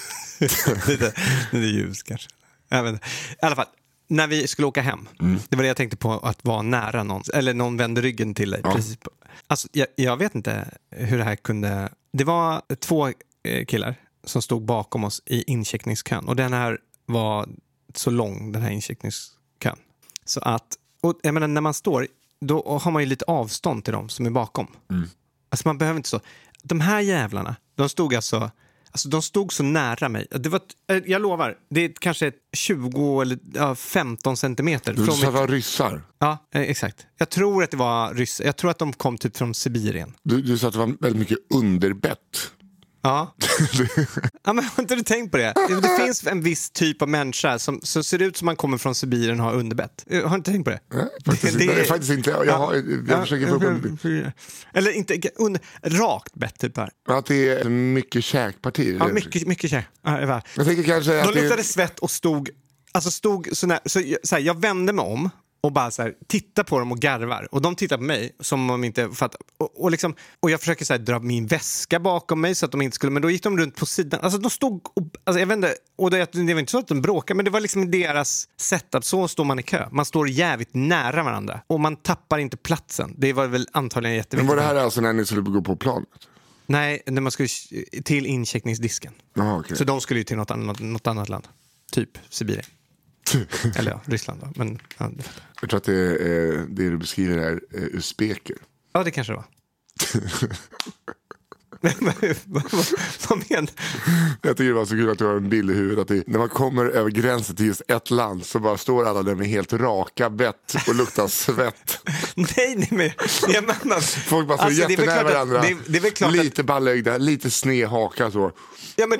[SPEAKER 3] lite, lite ljus kanske. Jag vet inte. I alla fall, när vi skulle åka hem,
[SPEAKER 4] Mm.
[SPEAKER 3] det var det jag tänkte på, att vara nära någon, eller någon vände ryggen till dig. Precis. på- Alltså, jag, jag vet inte hur det här kunde... Det var två eh, killar som stod bakom oss i incheckningskön och den här var så lång, den här incheckningskön. Så att, och jag menar när man står, då har man ju lite avstånd till dem som är bakom.
[SPEAKER 4] Mm.
[SPEAKER 3] Alltså man behöver inte så. De här jävlarna, de stod alltså, alltså de stod så nära mig. Det var, ett- eh, jag lovar, det är kanske ett 20 eller ja, 15 centimeter.
[SPEAKER 4] Du
[SPEAKER 3] Från
[SPEAKER 4] sa
[SPEAKER 3] mitt,
[SPEAKER 4] vara ryssar.
[SPEAKER 3] ja, eh, exakt. Jag tror att det var ryss. Jag tror att de kom typ från Sibirien.
[SPEAKER 4] Du, du sa att det var väldigt mycket underbett.
[SPEAKER 3] Ja. ja men har inte du tänkt på det? Det finns en viss typ av människa som, som ser ut som man kommer från Sibirien och har underbett. Eh, Har du inte tänkt på det?
[SPEAKER 4] faktiskt inte. Nej, faktiskt inte. Jag har- jag försöker få upp en
[SPEAKER 3] Eller inte, under, rakt bett typ här.
[SPEAKER 4] Att det är mycket käkpartier. det är
[SPEAKER 3] Ja,
[SPEAKER 4] det.
[SPEAKER 3] mycket, mycket tjej. Ja, det var-
[SPEAKER 4] Jag tänker kanske
[SPEAKER 3] De
[SPEAKER 4] att
[SPEAKER 3] luktade
[SPEAKER 4] det,
[SPEAKER 3] svett och stod, alltså stod så, när, så, jag- så här, jag vände mig om och bara så här, tittar på dem och garvar. Och de tittar på mig som om de inte fattar. Och, och, liksom, och jag försöker så här, dra min väska bakom mig så att de inte skulle... Men då gick de runt på sidan. Alltså de stod och... Alltså, jag vet inte, och det, det var inte så att de bråkade, men det var liksom deras setup. Så står man i kö. Man står jävligt nära varandra. Och man tappar inte platsen. Det var väl antagligen
[SPEAKER 4] men
[SPEAKER 3] jätteviktigt.
[SPEAKER 4] var det här alltså när ni skulle gå på planet?
[SPEAKER 3] Nej, när man skulle till incheckningsdisken.
[SPEAKER 4] Jaha, okej.
[SPEAKER 3] Så de skulle ju till något annat, något annat land. Typ Sibirien. Eller ja, Ryssland då. Men, ja, du fattar.
[SPEAKER 4] Jag tror att det, är, eh, det du beskriver här eh, är usbeker.
[SPEAKER 3] ja, det kanske det var. Men vad, vad, vad menar
[SPEAKER 4] Jag tycker det var så kul att du har en bild i huvudet. Att det, när man kommer över gränsen till just ett land så bara står alla där med helt raka bett och luktar svett.
[SPEAKER 3] Nej, nej, men jag menar...
[SPEAKER 4] Folk bara står
[SPEAKER 3] Alltså, det är väl
[SPEAKER 4] jättenära
[SPEAKER 3] klart att-
[SPEAKER 4] varandra.
[SPEAKER 3] Det, är- det är väl klart att...
[SPEAKER 4] lite ballögda, lite sned haka så.
[SPEAKER 3] Ja, men,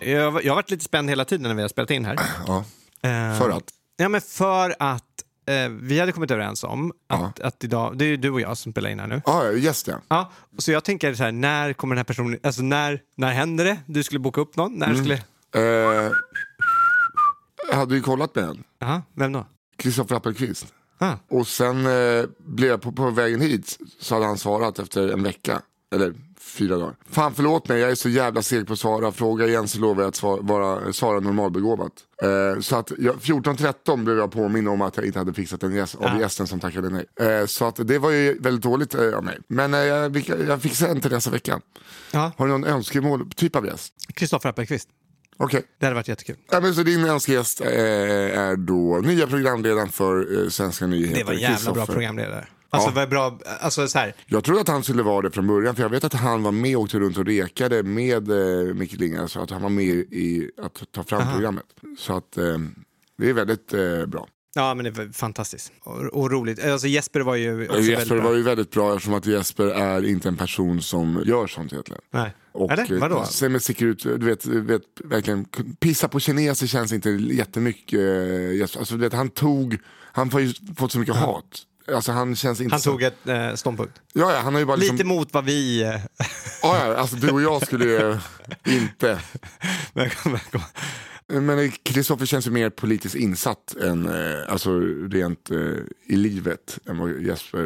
[SPEAKER 3] jag, jag har varit lite spänd hela tiden när vi har spelat in här.
[SPEAKER 4] Ja.
[SPEAKER 3] Eh,
[SPEAKER 4] För att?
[SPEAKER 3] Ja, men för att eh, vi hade kommit överens om att, att idag, det är ju du och jag som spelar in här nu.
[SPEAKER 4] Ja, just det.
[SPEAKER 3] Ja, så jag tänker så här, när kommer den här personen, alltså när, när händer
[SPEAKER 4] Mm.
[SPEAKER 3] det? Du skulle boka upp någon, när skulle...
[SPEAKER 4] Eh, hade du kollat med en?
[SPEAKER 3] Jaha, vem då?
[SPEAKER 4] Kristoffer Appelqvist.
[SPEAKER 3] Ah.
[SPEAKER 4] Och sen eh, blev jag på, på vägen hit så hade han svarat efter en vecka. Eller fyra dagar. Fan förlåt mig, jag är så jävla seg på att svara. Fråga igen så lovar jag att svara, vara, svara normalbegåvat. Eh, så att jag, 14.13 blev jag påminn om att jag inte hade fixat en gäst,
[SPEAKER 3] Ah.
[SPEAKER 4] av gästen som tackade nej. Eh, så att det var ju väldigt dåligt eh, av mig. Men eh, jag, vilka- jag fixar en till nästa vecka.
[SPEAKER 3] Ja.
[SPEAKER 4] Har du någon önskemål, typ av gäst?
[SPEAKER 3] Kristoffer Appelqvist.
[SPEAKER 4] Okej.
[SPEAKER 3] Det hade varit jättekul.
[SPEAKER 4] Ja, men så din önskegäst eh, är då nya programledaren för eh, Svenska nyheter.
[SPEAKER 3] Det var en jävla bra
[SPEAKER 4] Christopher.
[SPEAKER 3] programledare. Alltså,
[SPEAKER 4] Ja.
[SPEAKER 3] vad bra, alltså så här,
[SPEAKER 4] Jag trodde att han skulle vara det från början, för jag vet att han var med och åkte runt och rekade med eh, Micke Lingar, så att han var med i att ta fram programmet. Så att eh, det är väldigt eh, bra.
[SPEAKER 3] ja men det var fantastiskt. Och, och roligt. Alltså Jesper var ju också väldigt
[SPEAKER 4] Jesper
[SPEAKER 3] bra.
[SPEAKER 4] var ju väldigt bra eftersom att Jesper är inte en person som gör sånt egentligen.
[SPEAKER 3] Nej.
[SPEAKER 4] Och,
[SPEAKER 3] Eller?
[SPEAKER 4] eh,
[SPEAKER 3] Vadå?
[SPEAKER 4] Sen med sticker ut, du vet, du vet, verkligen, pissa på kineser känns inte jättemycket. eh, Jesper. Alltså, du vet, han tog, han har ju fått så mycket hat. Alltså, han känns inte
[SPEAKER 3] Han
[SPEAKER 4] så-
[SPEAKER 3] tog ett eh, ståndpunkt.
[SPEAKER 4] Ja, ja, han har ju bara liksom...
[SPEAKER 3] Lite mot vad vi... Eh,
[SPEAKER 4] Ja, ja, alltså du och jag skulle ju inte...
[SPEAKER 3] välkommen, välkommen.
[SPEAKER 4] Men Kristoffer känns ju mer politiskt insatt än, eh, alltså rent eh, i livet än vad Jesper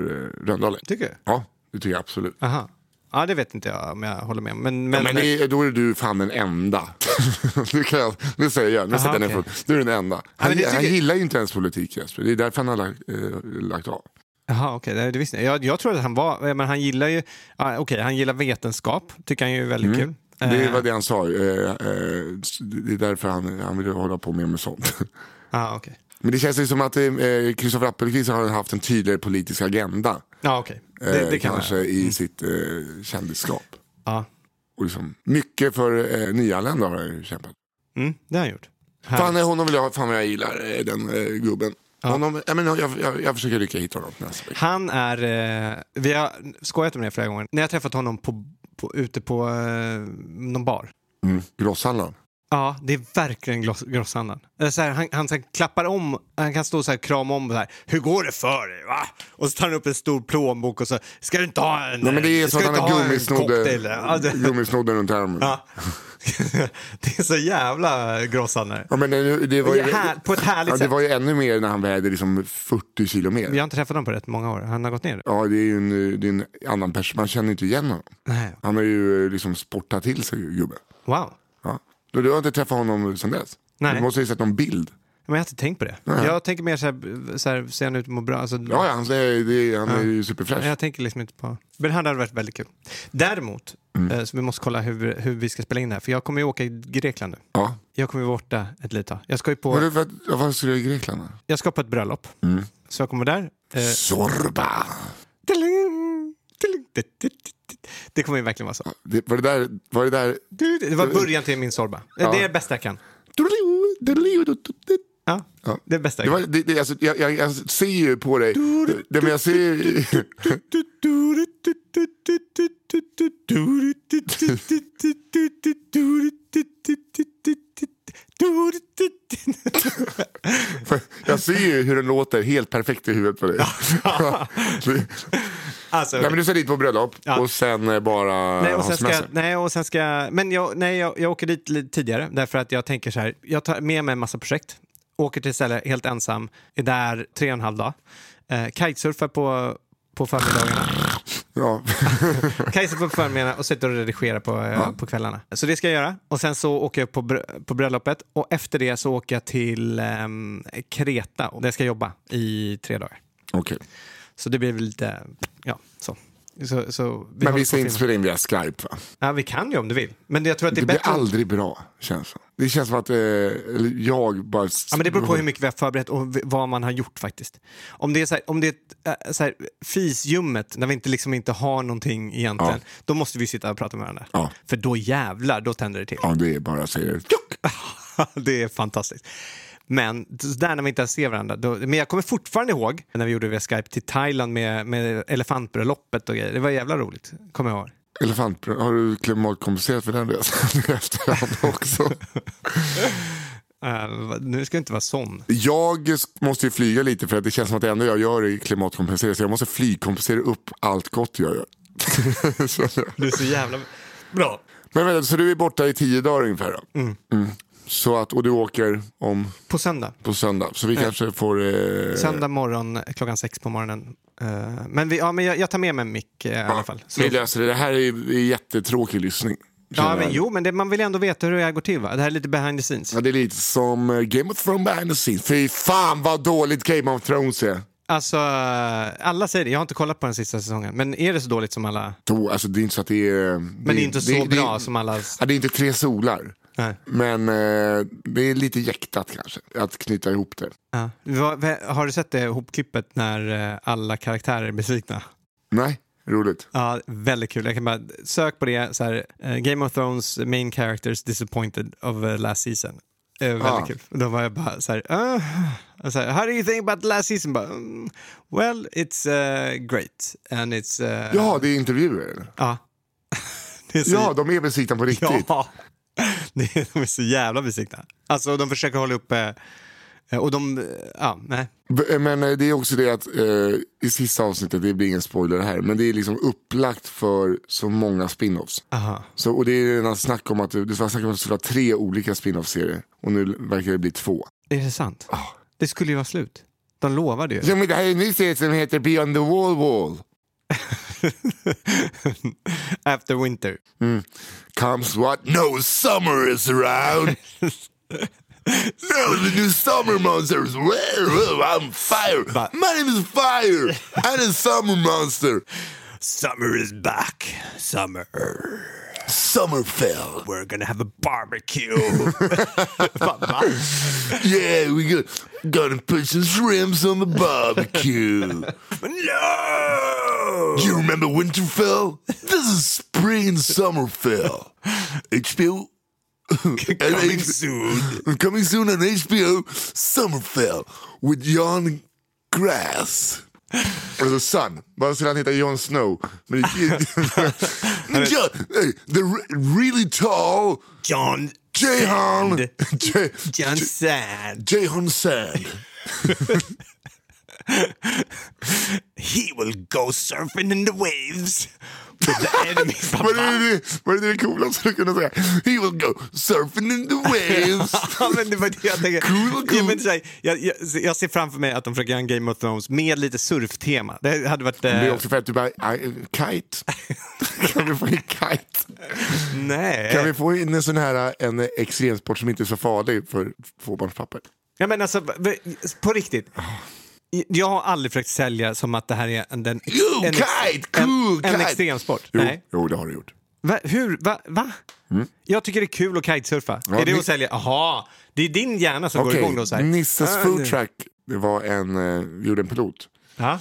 [SPEAKER 4] eh, Rönndahl är.
[SPEAKER 3] Tycker du?
[SPEAKER 4] Ja, det tycker jag absolut.
[SPEAKER 3] Aha. Ja, det vet inte jag om jag håller med om. Men,
[SPEAKER 4] Men,
[SPEAKER 3] men,
[SPEAKER 4] men det, är- då är du fan den enda. nu, kan jag, nu säger jag, nu
[SPEAKER 3] Aha,
[SPEAKER 4] sätter jag
[SPEAKER 3] okej.
[SPEAKER 4] ner foten. Du är den enda. Han,
[SPEAKER 3] men det
[SPEAKER 4] han
[SPEAKER 3] tycker-
[SPEAKER 4] gillar ju inte ens politik Jesper, det är därför han har lagt, eh, lagt av.
[SPEAKER 3] Jaha, okej. det- Det visste jag. jag. Jag tror att han var... eh, Men han gillar ju... Ah, okej, han gillar vetenskap. Tycker han ju är väldigt kul.
[SPEAKER 4] Mm. Det
[SPEAKER 3] Eh,
[SPEAKER 4] var det han sa, eh, eh, det är därför han, han vill hålla på mer med sånt.
[SPEAKER 3] ah, okej.
[SPEAKER 4] Men det känns ju som att eh, Kristoffer Appelqvist har haft en tydligare politisk agenda.
[SPEAKER 3] Ja, okej.
[SPEAKER 4] eh,
[SPEAKER 3] Det, det kan Mm.
[SPEAKER 4] kanske
[SPEAKER 3] vara.
[SPEAKER 4] i sitt eh, kändisskap.
[SPEAKER 3] Ja.
[SPEAKER 4] Och liksom, mycket för eh, nyanlända har han ju kämpat.
[SPEAKER 3] Mm, det har han gjort. Härligt.
[SPEAKER 4] Fan, eh, honom vill jag ha, fan vad jag gillar eh, den eh, gubben. Honom, jag, men, jag, jag, jag försöker rycka hit honom nästa vecka.
[SPEAKER 3] Han är, eh, vi har skojat om det flera gånger, när jag träffat honom på, på, ute på eh, någon bar.
[SPEAKER 4] Mm. Grosshandlaren.
[SPEAKER 3] Ja, det är verkligen gross, grosshandlaren. Eh, Så här, han han så här, klappar om, han kan stå så här krama om så här, hur går det för dig va? Och så tar han upp en stor plånbok och så, ska du inte ha en...
[SPEAKER 4] Nej men det är
[SPEAKER 3] eh,
[SPEAKER 4] så
[SPEAKER 3] ska
[SPEAKER 4] att
[SPEAKER 3] du
[SPEAKER 4] han
[SPEAKER 3] inte ha
[SPEAKER 4] har
[SPEAKER 3] en
[SPEAKER 4] gummisnodden
[SPEAKER 3] cocktail?" Ja, det,
[SPEAKER 4] gummisnodden runt armen. Ja.
[SPEAKER 3] ja. det är så jävla grosshandlare.
[SPEAKER 4] men det, det var ju,
[SPEAKER 3] Det är här- på ett härligt
[SPEAKER 4] ja, Det
[SPEAKER 3] sätt.
[SPEAKER 4] var ju ännu mer när han vägde liksom 40 kilo mer.
[SPEAKER 3] Vi har inte träffat honom på rätt många år, han har gått ner.
[SPEAKER 4] Ja, det är ju en, eh, det är en annan person, man känner inte igen honom.
[SPEAKER 3] Nej.
[SPEAKER 4] Han har ju eh, liksom sportat till sig gubben.
[SPEAKER 3] Wow.
[SPEAKER 4] Ja. Du, du har inte träffat honom sedan dess?
[SPEAKER 3] Nej.
[SPEAKER 4] Du måste ju sett någon bild.
[SPEAKER 3] Men jag har inte tänkt på det. Jag tänker mer så här, så här ser han ut att må bra? Alltså,
[SPEAKER 4] Ja, ja han, är, det, är- han är ju superfräsch.
[SPEAKER 3] Jag tänker liksom inte på... Men det hade varit väldigt kul. Däremot,
[SPEAKER 4] Mm.
[SPEAKER 3] eh, så vi måste kolla hur, hur vi ska spela in det här. För jag kommer ju åka i Grekland nu.
[SPEAKER 4] Ja.
[SPEAKER 3] Jag kommer vara borta ett litet tag. Jag ska ju
[SPEAKER 4] Men
[SPEAKER 3] på,
[SPEAKER 4] du, Mm. vad, vad ska du göra i Grekland? då?
[SPEAKER 3] jag ska på ett bröllop. Så jag kommer där. Eh,
[SPEAKER 4] Zorba!
[SPEAKER 3] tling, tling, tling, tling, tling. det kommer ju verkligen vara så.
[SPEAKER 4] Det, var det där... Var det där...
[SPEAKER 3] Det var början till min Zorba. Eh, Det är det bästa jag kan. Ja,
[SPEAKER 4] Ja.
[SPEAKER 3] det är det bästa
[SPEAKER 4] Det
[SPEAKER 3] jag
[SPEAKER 4] var,
[SPEAKER 3] kan.
[SPEAKER 4] det, det, alltså, jag, jag, jag ser ju på dig. Det, men jag ser ju... Jag ser ju hur den låter helt perfekt i huvudet på dig.
[SPEAKER 3] Alltså,
[SPEAKER 4] Nej, men du ska dit på bröllop
[SPEAKER 3] Ja.
[SPEAKER 4] och sen eh, bara
[SPEAKER 3] Nej, och
[SPEAKER 4] ha
[SPEAKER 3] sen ska,
[SPEAKER 4] semester.
[SPEAKER 3] nej, och sen ska, men jag, nej, jag, jag åker dit lite tidigare därför att jag tänker så här, jag tar med mig en massa projekt, åker till stället helt ensam, är där tre och en halv dag, eh, kitesurfar på, på förmiddagarna,
[SPEAKER 4] Ja.
[SPEAKER 3] kitesurfar på förmiddagarna och sitter och redigerar på, eh, på kvällarna. Så det ska jag göra och sen så åker jag på, br- på bröllopet och efter det så åker jag till ehm, Kreta där jag ska jobba i tre dagar.
[SPEAKER 4] Okej.
[SPEAKER 3] Så det blir väl lite, ja, så. Så, så vi
[SPEAKER 4] Men
[SPEAKER 3] håller
[SPEAKER 4] vi
[SPEAKER 3] på
[SPEAKER 4] ska inte
[SPEAKER 3] att filma.
[SPEAKER 4] spela in via Skype va?
[SPEAKER 3] Ja, vi kan ju om du vill. Men jag tror att det
[SPEAKER 4] Det,
[SPEAKER 3] är
[SPEAKER 4] blir
[SPEAKER 3] bättre... om-
[SPEAKER 4] aldrig bra känns det Det känns som att eh, eller jag bara...
[SPEAKER 3] Ja, men det beror på hur mycket vi har förberett och v- vad man har gjort faktiskt. Om det är, så här, om det är ett, äh, så här, fisljummet, när vi inte, liksom inte har någonting egentligen, då måste vi sitta och prata med varandra.
[SPEAKER 4] Ja.
[SPEAKER 3] För då jävlar, då tänder det till.
[SPEAKER 4] Ja, det är bara att säga det.
[SPEAKER 3] det är fantastiskt. Men så där när vi inte ens ser varandra. Då, men jag kommer fortfarande ihåg när vi gjorde det via Skype till Thailand med, med elefantbröllopet och grejer. Det var jävla roligt, kommer jag ihåg.
[SPEAKER 4] Elefant, har du klimatkompenserat för den resan i efterhand också?
[SPEAKER 3] Äh, nu ska jag inte vara sån.
[SPEAKER 4] Jag måste ju flyga lite för att det känns som att det enda jag gör är klimatkompensera. Så jag måste flygkompensera upp allt gott jag gör. Så-
[SPEAKER 3] Du är så jävla... Bra.
[SPEAKER 4] men vänta, så du är borta i tio dagar ungefär? Då? Mm. Så att, och du åker om
[SPEAKER 3] På söndag.
[SPEAKER 4] på söndag. Så vi kanske får... Eh,
[SPEAKER 3] Söndag morgon eh, klockan sex på morgonen. Eh, Men, vi, ja, men jag, jag tar med mig mick eh, i alla fall. Så-
[SPEAKER 4] Vi löser det. Det här är ju jättetråkig lyssning.
[SPEAKER 3] ja,
[SPEAKER 4] känner
[SPEAKER 3] men,
[SPEAKER 4] jag.
[SPEAKER 3] jo, men det, man vill ändå veta hur det här går till va? Det här är lite behind the scenes.
[SPEAKER 4] Ja, det är lite som eh, Game of Thrones behind the scenes. Fy fan vad dåligt Game of Thrones är.
[SPEAKER 3] Alltså, eh, alla säger det. Jag har inte kollat på den sista säsongen. Men är det så dåligt som alla...
[SPEAKER 4] Då, alltså, det är inte så att det är... Men
[SPEAKER 3] det är inte så bra som alla-
[SPEAKER 4] Ja, det är inte tre solar.
[SPEAKER 3] Nej.
[SPEAKER 4] Men eh, det är lite jäktat kanske, att knyta ihop det.
[SPEAKER 3] Ja. Vad- vad- Har du sett det hopklippet när eh, alla karaktärer är besvikna?
[SPEAKER 4] Nej, roligt.
[SPEAKER 3] Ja, väldigt kul. Jag kan bara sök på det. Så här, eh, Game of Thrones main characters disappointed of eh, last season. Eh, väldigt
[SPEAKER 4] Ah.
[SPEAKER 3] kul. Då var jag bara så här, "Ah." Och så här, how do you think about last season? Bara, "Mm, well, it's eh, great and it's... eh,
[SPEAKER 4] Ja, det är intervjuer. eller?
[SPEAKER 3] ja. det är så,
[SPEAKER 4] Ja, de är besikta på riktigt.
[SPEAKER 3] ja. Det är, de är så jävla besvikna. Alltså de försöker hålla upp... eh, eh, och de... eh, ja, nej.
[SPEAKER 4] B- Men eh, det är också det att eh, i sista avsnittet, det blir ingen spoiler här, men det är liksom upplagt för så många spin-offs.
[SPEAKER 3] Aha.
[SPEAKER 4] Så, och det är redan snack om att det det var snack om att det skulle vara tre olika spin-off-serier och nu verkar det bli två.
[SPEAKER 3] Är det sant? Det skulle ju vara slut. De lovade ju.
[SPEAKER 4] Ja, men det här är en ny serie som heter Beyond the Wall Wall.
[SPEAKER 3] After winter.
[SPEAKER 4] Comes what? No summer is around. No, the new summer monsters. I'm fire. My name is fire. I'm a summer monster.
[SPEAKER 3] Summer is back. Summer.
[SPEAKER 4] Summerfell.
[SPEAKER 3] We're gonna have a barbecue. Fan, va?
[SPEAKER 4] Yeah, we go, gonna put some shrimps on the barbecue.
[SPEAKER 3] no!
[SPEAKER 4] Do you remember Winterfell? This is spring and Summerfell. HBO. and
[SPEAKER 3] Coming
[SPEAKER 4] H-
[SPEAKER 3] soon.
[SPEAKER 4] Coming soon on HBO, Summerfell with Jon Grass. Alltså Sun. Vad skulle han heta? Jon Snow? Men, Jon, eh, the re- really tall
[SPEAKER 3] John
[SPEAKER 4] Jehan... J-
[SPEAKER 3] John Sand.
[SPEAKER 4] Jehan Sand.
[SPEAKER 3] He will go surfing in the waves. With the enemy. Fan,
[SPEAKER 4] Vad
[SPEAKER 3] va?
[SPEAKER 4] är det, vad är det coolaste du kunde säga? He will go surfing in the waves.
[SPEAKER 3] Ja, men det var det jag tänkte.
[SPEAKER 4] Cool, cool.
[SPEAKER 3] Ja, men så här, jag, jag, jag ser framför mig att de försöker göra en Game of Thrones med lite surftema. Det hade varit...
[SPEAKER 4] Det är
[SPEAKER 3] Eh,
[SPEAKER 4] också för att du bara, I, kite. Kan vi få en kite?
[SPEAKER 3] nej.
[SPEAKER 4] Kan vi få in en sån här eh, en extremsport som inte är så farlig för tvåbarnspappor?
[SPEAKER 3] Ja, men alltså, v- på riktigt. Jag har aldrig försökt sälja som att det här är en, en,
[SPEAKER 4] Jo,
[SPEAKER 3] en,
[SPEAKER 4] kite, cool
[SPEAKER 3] en, en
[SPEAKER 4] kite.
[SPEAKER 3] extremsport.
[SPEAKER 4] Jo,
[SPEAKER 3] Nej.
[SPEAKER 4] jo, det har du gjort.
[SPEAKER 3] Va, hur? Va? va? Jag tycker det är kul att kitesurfa.
[SPEAKER 4] Ja,
[SPEAKER 3] är det
[SPEAKER 4] ni-
[SPEAKER 3] att sälja? Aha, det är din hjärna som går igång då. Så här.
[SPEAKER 4] Nisses
[SPEAKER 3] Ah,
[SPEAKER 4] food
[SPEAKER 3] nu.
[SPEAKER 4] truck det var en, eh, gjorde en pilot.
[SPEAKER 3] Ja,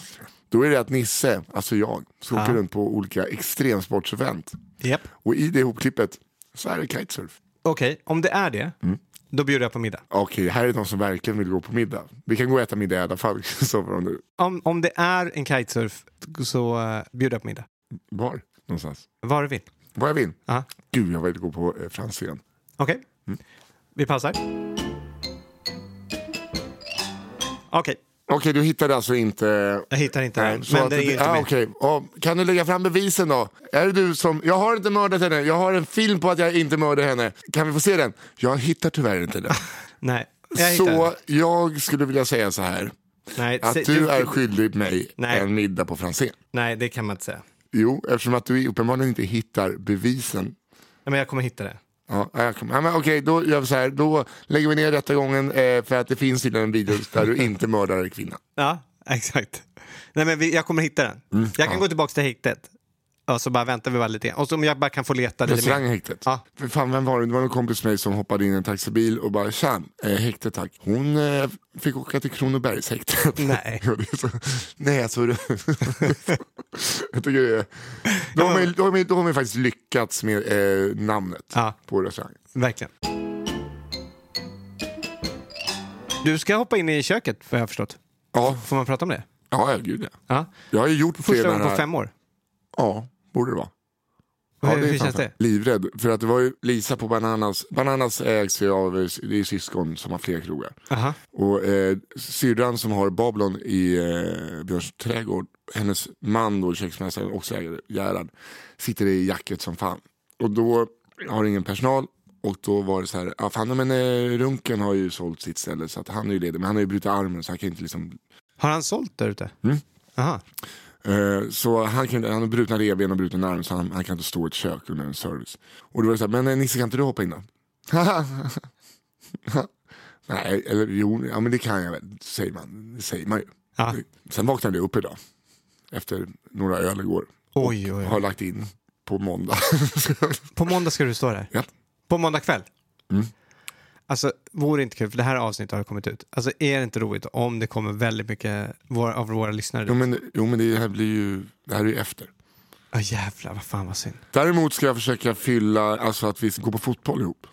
[SPEAKER 4] Då är det att Nisse, alltså jag, ska åka runt på olika extremsportsevent.
[SPEAKER 3] Japp.
[SPEAKER 4] Och i det hopklippet så är det kitesurf.
[SPEAKER 3] Okej, om det är det,
[SPEAKER 4] Mm.
[SPEAKER 3] då bjuder jag på middag.
[SPEAKER 4] Okej, här är någon som verkligen vill gå på middag. Vi kan gå och äta middag i alla fall. Så var de nu.
[SPEAKER 3] Om, om det är en kitesurf så uh, bjuder jag på middag.
[SPEAKER 4] Var? Någonstans.
[SPEAKER 3] Var du vill.
[SPEAKER 4] Var jag vill?
[SPEAKER 3] Ja.
[SPEAKER 4] Gud, jag vill gå på eh, Franzén.
[SPEAKER 3] Okej,
[SPEAKER 4] Mm.
[SPEAKER 3] vi pausar. Okej,
[SPEAKER 4] Okej, du hittade alltså inte...
[SPEAKER 3] jag hittar inte
[SPEAKER 4] Nej,
[SPEAKER 3] den.
[SPEAKER 4] så
[SPEAKER 3] Men
[SPEAKER 4] att
[SPEAKER 3] den är ju inte
[SPEAKER 4] ah,
[SPEAKER 3] med.
[SPEAKER 4] okej. Ja, Kan du lägga fram bevisen då? Är det du som... Jag har inte mördat henne. Jag har en film på att jag inte mördade henne. Kan vi få se den? Jag hittar tyvärr inte den.
[SPEAKER 3] Nej, jag hittar den.
[SPEAKER 4] så jag skulle vilja säga så här.
[SPEAKER 3] Nej,
[SPEAKER 4] Att
[SPEAKER 3] se-
[SPEAKER 4] du är skyldig mig
[SPEAKER 3] Nej.
[SPEAKER 4] en middag på Franzén.
[SPEAKER 3] Nej, det kan man inte säga.
[SPEAKER 4] Jo, eftersom att du uppenbarligen inte hittar bevisen
[SPEAKER 3] Nej, men jag kommer hitta det.
[SPEAKER 4] Ja, jag kommer- ja, men okej, då gör vi så här. Då lägger vi ner rättegången eh, för att det finns tydligen en video där du inte mördar en kvinna.
[SPEAKER 3] Ja, exakt. Nej, men vi, jag kommer hitta den.
[SPEAKER 4] Mm.
[SPEAKER 3] jag kan gå tillbaka till häktet och så bara väntar vi bara lite grann. Och så om jag bara kan få leta lite mer.
[SPEAKER 4] Restauranghäktet.
[SPEAKER 3] Ja.
[SPEAKER 4] För fan, vem var det? Det var någon kompis med mig som hoppade in i en taxibil och bara tja, eh, häktet tack. Hon eh, fick åka till Kronobergshäktet.
[SPEAKER 3] Nej.
[SPEAKER 4] Jo, det är så, nej, så du. jag tycker det är... Då har, man, då, har man, då har man faktiskt lyckats med eh, namnet
[SPEAKER 3] Ja.
[SPEAKER 4] på restaurangen.
[SPEAKER 3] Verkligen. Du ska hoppa in i köket, vad jag har förstått.
[SPEAKER 4] Ja,
[SPEAKER 3] Får man prata om det?
[SPEAKER 4] ja, ja, gud ja.
[SPEAKER 3] Ja.
[SPEAKER 4] Jag har ju gjort fler
[SPEAKER 3] Första
[SPEAKER 4] sådana
[SPEAKER 3] gången på
[SPEAKER 4] här-
[SPEAKER 3] fem år.
[SPEAKER 4] Ja, borde det vara.
[SPEAKER 3] Hur,
[SPEAKER 4] är
[SPEAKER 3] hur
[SPEAKER 4] fan
[SPEAKER 3] känns
[SPEAKER 4] sant.
[SPEAKER 3] det?
[SPEAKER 4] Livrädd, för att det var ju Lisa på Bananas. Bananas ägs ju av, det är syskon som har flera krogar.
[SPEAKER 3] Aha.
[SPEAKER 4] Och eh, syrran som har Babylon i eh, Björns trädgård, hennes man då, köksmästaren, också ägare, Gerhard, sitter i jacket som fan. Och då har ingen personal Och då var det så här, ja, fan, men eh, Runken har ju sålt sitt ställe så att han är ju ledig. Men han har ju brutit armen så han kan ju inte liksom
[SPEAKER 3] Har han sålt där ute?
[SPEAKER 4] Mm.
[SPEAKER 3] Aha.
[SPEAKER 4] Eh, Så han, kan, han har brutna revben och bruten arm så han, han kan inte stå i ett kök under en service. Och då var det så här, men eh, Nisse kan inte du hoppa in då? Nej, eller jo, ja, men det kan jag väl, säger man, det säger man ju.
[SPEAKER 3] Ja.
[SPEAKER 4] Sen vaknade jag upp idag, efter några öl igår.
[SPEAKER 3] Oj, oj,
[SPEAKER 4] Har
[SPEAKER 3] oj.
[SPEAKER 4] lagt in på måndag.
[SPEAKER 3] På måndag ska du stå där?
[SPEAKER 4] ja. Mm.
[SPEAKER 3] På måndag kväll? Alltså, vore det inte kul, för det här avsnittet har kommit ut. Alltså, är det inte roligt om det kommer väldigt mycket vår, av våra lyssnare?
[SPEAKER 4] jo, men, jo, men det här blir ju, det här är ju efter.
[SPEAKER 3] Ja, jävlar, vad fan vad synd.
[SPEAKER 4] Däremot ska jag försöka fylla, alltså att vi går på fotboll ihop.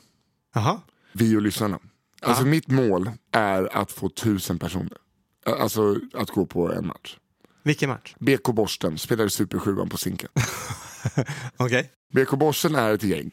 [SPEAKER 3] Jaha,
[SPEAKER 4] vi och lyssnarna. Alltså mitt mål är att få tusen personer. Ä- Alltså att gå på en match.
[SPEAKER 3] vilken match?
[SPEAKER 4] BK Borsten spelar i Supersjuan på Zinken.
[SPEAKER 3] Okej.
[SPEAKER 4] BK Borsten är ett gäng.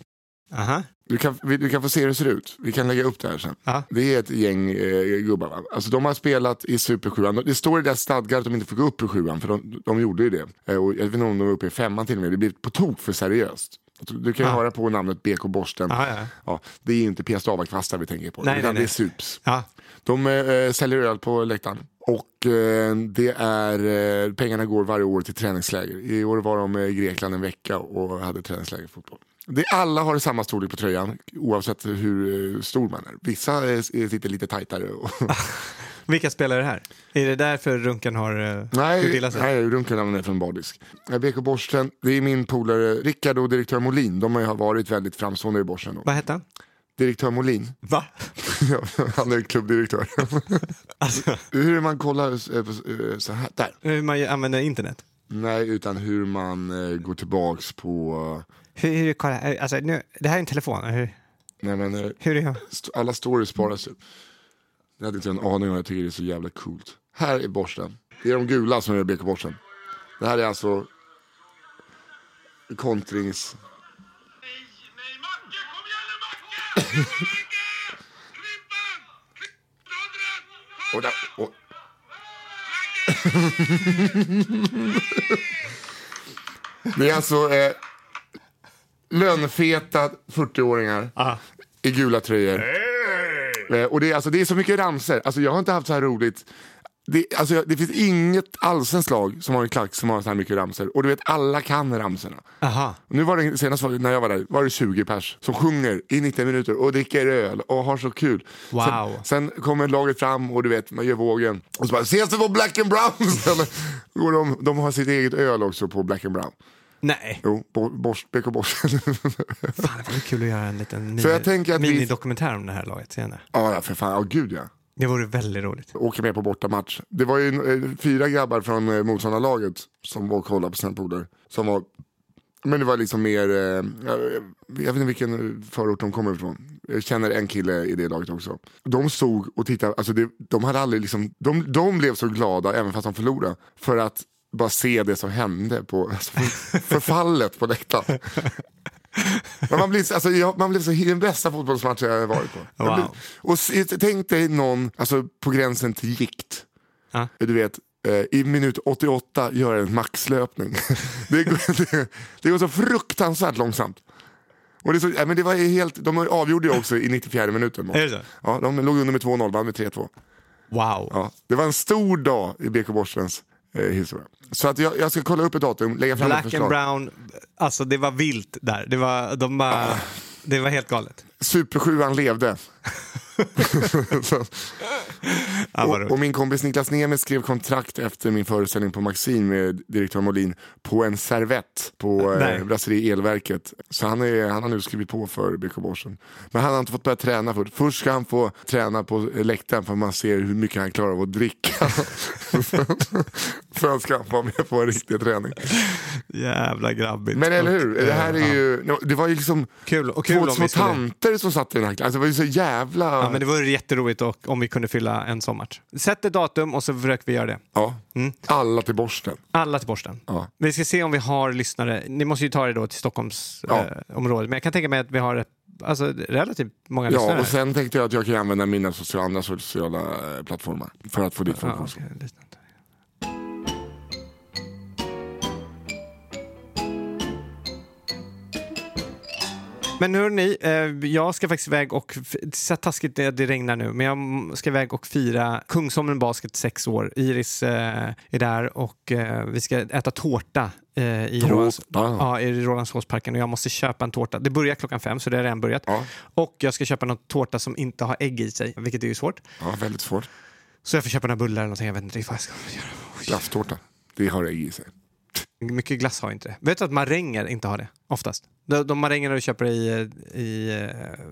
[SPEAKER 3] Aha.
[SPEAKER 4] Du kan, vi- du kan få se hur det ser ut. Vi kan lägga upp det här sen.
[SPEAKER 3] Ja.
[SPEAKER 4] Det är ett gäng eh, gubbar. Va? Alltså, de har spelat i Supersjuan. Det står i deras stadgar att de inte får gå upp i sjuan, för de, de gjorde ju det. Eh, och jag vet inte om de var uppe i femman till och med. Det blir på tok för seriöst. Du kan ju
[SPEAKER 3] Ja.
[SPEAKER 4] höra på namnet BK Borsten.
[SPEAKER 3] Ja, ja.
[SPEAKER 4] det är ju inte Pia Stavak-kvastar vi tänker på.
[SPEAKER 3] Nej,
[SPEAKER 4] utan
[SPEAKER 3] nej, nej.
[SPEAKER 4] Det är sups.
[SPEAKER 3] Ja.
[SPEAKER 4] De eh, säljer öl på läktaren. Och eh, det är, eh, pengarna går varje år till träningsläger. I år var de eh, i Grekland en vecka och hade träningsläger i fotboll. Det, alla har samma storlek på tröjan oavsett hur eh, stor man är. Vissa eh, sitter lite tajtare. Och,
[SPEAKER 3] Ah, Vilka spelare är det här? Är det därför Runkan har uh,
[SPEAKER 4] nej,
[SPEAKER 3] sig?
[SPEAKER 4] nej Runken är från Bardisk. Eh, BK Borsten, det är min polare Rickard och direktör Molin. De har ju varit väldigt framstående i Borsten. då.
[SPEAKER 3] Vad hette han?
[SPEAKER 4] Direktör Molin,
[SPEAKER 3] Va?
[SPEAKER 4] han är klubbdirektör.
[SPEAKER 3] Alltså,
[SPEAKER 4] hur man kollar eh, på- eh, så här, där.
[SPEAKER 3] hur man ju använder internet?
[SPEAKER 4] Nej, utan hur man eh, går tillbaks på...
[SPEAKER 3] Hur, hur kolla, eh, alltså, nu, det här är en telefon. Hur,
[SPEAKER 4] nej, men, eh,
[SPEAKER 3] hur är jag?
[SPEAKER 4] st- alla stories sparas ju. Jag hade inte en aning om jag tycker det är så jävla coolt. Här är borsten. Det är de gula som är BK-borsten. Det här är alltså kontrings...
[SPEAKER 2] Nej, nej, Macke! Kom igen nu, Macke! Kom igen, Macke! Klippan! Klipplodret!
[SPEAKER 4] Och där, och, det är alltså eh, lönfeta 40-åringar i gula tröjor. Eh, och det är, alltså, det är så mycket ramser. Alltså, jag har inte haft så här roligt. Det, alltså, jag- det finns inget allsvenskt lag som har en klack som har så här mycket ramser. Och du vet, alla kan ramserna.
[SPEAKER 3] Aha.
[SPEAKER 4] Och Nu var det senast var det- när jag var där var det 20 pers som sjunger i 90 minuter och dricker öl och har så kul.
[SPEAKER 3] Wow.
[SPEAKER 4] Sen, sen kommer laget fram och du vet, man gör vågen. Och så bara, ses det på Black and Brown? Sen går de, de har sitt eget öl också på Black and Brown.
[SPEAKER 3] Nej,
[SPEAKER 4] Jo, Bo- Bors, BK Bors.
[SPEAKER 3] fan det vore kul att göra en liten mini,
[SPEAKER 4] Så jag tänker att vi-
[SPEAKER 3] minidokumentär om det här laget senare.
[SPEAKER 4] ja, ja, för fan. Ja, gud ja.
[SPEAKER 3] Det vore väldigt roligt.
[SPEAKER 4] Åker med på bortamatch. Det var ju eh, fyra grabbar från eh, motståndarlaget som var och kollade på sina polare. Som var, men det var liksom mer, eh, jag, jag vet inte vilken förort de kommer ifrån. Jag känner en kille i det laget också. De stod och tittade, alltså det, de hade aldrig liksom, de, de blev så glada även fast de förlorade. För att bara se det som hände på alltså för, förfallet på läktaren. Men man blir, så- alltså, jag, man blir så, den bästa fotbollsmatchen jag har varit på. Jag
[SPEAKER 3] Wow.
[SPEAKER 4] blir- och se- tänk dig någon alltså, på gränsen till gikt.
[SPEAKER 3] Ja.
[SPEAKER 4] Du vet, eh, i minut 88 gör en maxlöpning. det, går, det, det går så fruktansvärt långsamt. Och det, är så, nej, men det var ju helt, de avgjorde ju också i 94 minuten.
[SPEAKER 3] Är det så?
[SPEAKER 4] Ja, de låg under med 2-0, vann med 3-2.
[SPEAKER 3] Wow.
[SPEAKER 4] Ja, det var en stor dag i BK Borstens eh, historia. Så att jag, jag ska kolla upp ett datum, lägga fram ett
[SPEAKER 3] Black
[SPEAKER 4] förslag.
[SPEAKER 3] and brown, alltså det var vilt där. Det var, de
[SPEAKER 4] Ah.
[SPEAKER 3] bara, det var helt galet.
[SPEAKER 4] Supersjuan levde. Så-
[SPEAKER 3] Ja, vad
[SPEAKER 4] och, och
[SPEAKER 3] roligt.
[SPEAKER 4] min kompis Niklas Nemes skrev kontrakt efter min föreställning på Maxim med direktör Molin på en servett på
[SPEAKER 3] Nej.
[SPEAKER 4] eh, Brasserie Elverket. Så han, är, han har nu skrivit på för BK Borsen. Men han har inte fått börja träna först. Först ska han få träna på eh, läktaren för man ser hur mycket han klarar av att dricka. för han ska vara med på en riktig träning.
[SPEAKER 3] Jävla grabbigt.
[SPEAKER 4] Men eller
[SPEAKER 3] Och,
[SPEAKER 4] hur, det här är
[SPEAKER 3] eh, ja.
[SPEAKER 4] ju, det var ju liksom
[SPEAKER 3] Kul, och kul
[SPEAKER 4] två
[SPEAKER 3] om
[SPEAKER 4] små
[SPEAKER 3] vi skulle...
[SPEAKER 4] tanter som satt i den här klassen. Alltså, det var ju så jävla...
[SPEAKER 3] Ja, men det vore jätteroligt och, om vi kunde fylla en sommarmatch. Sätt ett datum och så försöker vi göra det.
[SPEAKER 4] Ja.
[SPEAKER 3] Mm.
[SPEAKER 4] Alla till borsten.
[SPEAKER 3] Alla till Borsten.
[SPEAKER 4] Ja.
[SPEAKER 3] Vi ska se om vi har lyssnare. Ni måste ju ta er då till
[SPEAKER 4] Ja.
[SPEAKER 3] Stockholmsområdet. Eh, området. Men jag kan tänka mig att vi har alltså, relativt många lyssnare.
[SPEAKER 4] Ja,
[SPEAKER 3] här.
[SPEAKER 4] och sen tänkte jag att jag kan använda mina sociala, andra sociala eh, plattformar för att få dit folk
[SPEAKER 3] Ja,
[SPEAKER 4] också.
[SPEAKER 3] okej, lyssna inte. Men hörni, eh, jag ska faktiskt iväg och... f- Så taskigt det, det regnar nu, men jag m- ska iväg och fira Kungsholmen Basket sex år. Iris eh, är där och eh, vi ska äta tårta. eh, I,
[SPEAKER 4] Tårta.
[SPEAKER 3] Rolands, ja, i Rålambshovsparken och jag måste köpa en tårta. Det börjar klockan fem så det har redan börjat.
[SPEAKER 4] Ja.
[SPEAKER 3] Och jag ska köpa någon tårta som inte har ägg i sig, vilket är ju svårt.
[SPEAKER 4] Ja, väldigt svårt.
[SPEAKER 3] Så jag får köpa några bullar eller någonting, jag vet inte riktigt vad jag ska göra.
[SPEAKER 4] Glasstårta. Det har ägg i sig.
[SPEAKER 3] Mycket glass har inte det. Vet du att maränger inte har det, oftast? De, de marängerna du köper i... eh, i eh,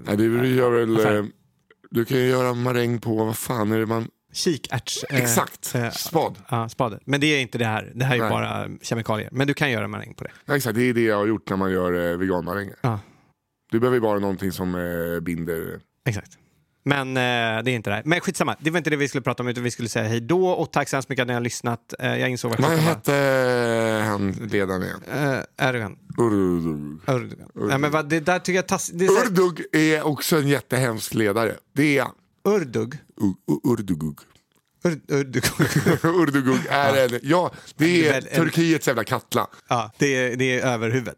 [SPEAKER 4] Nej, det vill du göra väl...
[SPEAKER 3] Affär.
[SPEAKER 4] eh, Du kan ju göra maräng på, vad fan är det man...
[SPEAKER 3] kikärts... eh,
[SPEAKER 4] Exakt,
[SPEAKER 3] eh,
[SPEAKER 4] spad.
[SPEAKER 3] Ja, spade. Men det är inte det här. Det här är ju
[SPEAKER 4] Nej.
[SPEAKER 3] bara kemikalier. Men du kan göra maräng på det.
[SPEAKER 4] Ja, exakt, det är det jag har gjort när man gör eh, veganmaränger.
[SPEAKER 3] Ja.
[SPEAKER 4] Du behöver ju bara någonting som eh, binder.
[SPEAKER 3] Exakt. Men eh, det är inte det här. Men skitsamma, det var inte det vi skulle prata om utan vi skulle säga hej då och tack så hemskt mycket att ni har lyssnat. Eh, jag insåg vad
[SPEAKER 4] Vad
[SPEAKER 3] klockan
[SPEAKER 4] hette han ledaren igen?
[SPEAKER 3] var. Eh, Erdogan.
[SPEAKER 4] Urdug.
[SPEAKER 3] Erdogan. Nej, men vad, det där tycker jag tass... det är så-
[SPEAKER 4] Urdug är också en jättehemsk ledare. Det är han.
[SPEAKER 3] Urdug.
[SPEAKER 4] U- U- Urdugug.
[SPEAKER 3] Ur, Urdug.
[SPEAKER 4] Urdugug är en, ja, det
[SPEAKER 3] Det är
[SPEAKER 4] är
[SPEAKER 3] väl en-
[SPEAKER 4] Turkiets jävla Katla.
[SPEAKER 3] ja, det, är, det är överhuvudet.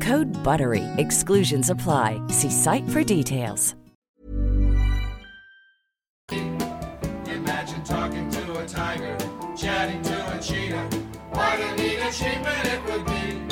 [SPEAKER 6] Code BUTTERY. Exclusions apply. See site for details.
[SPEAKER 2] Imagine talking to a tiger, chatting to a cheetah. What a neat achievement it would be.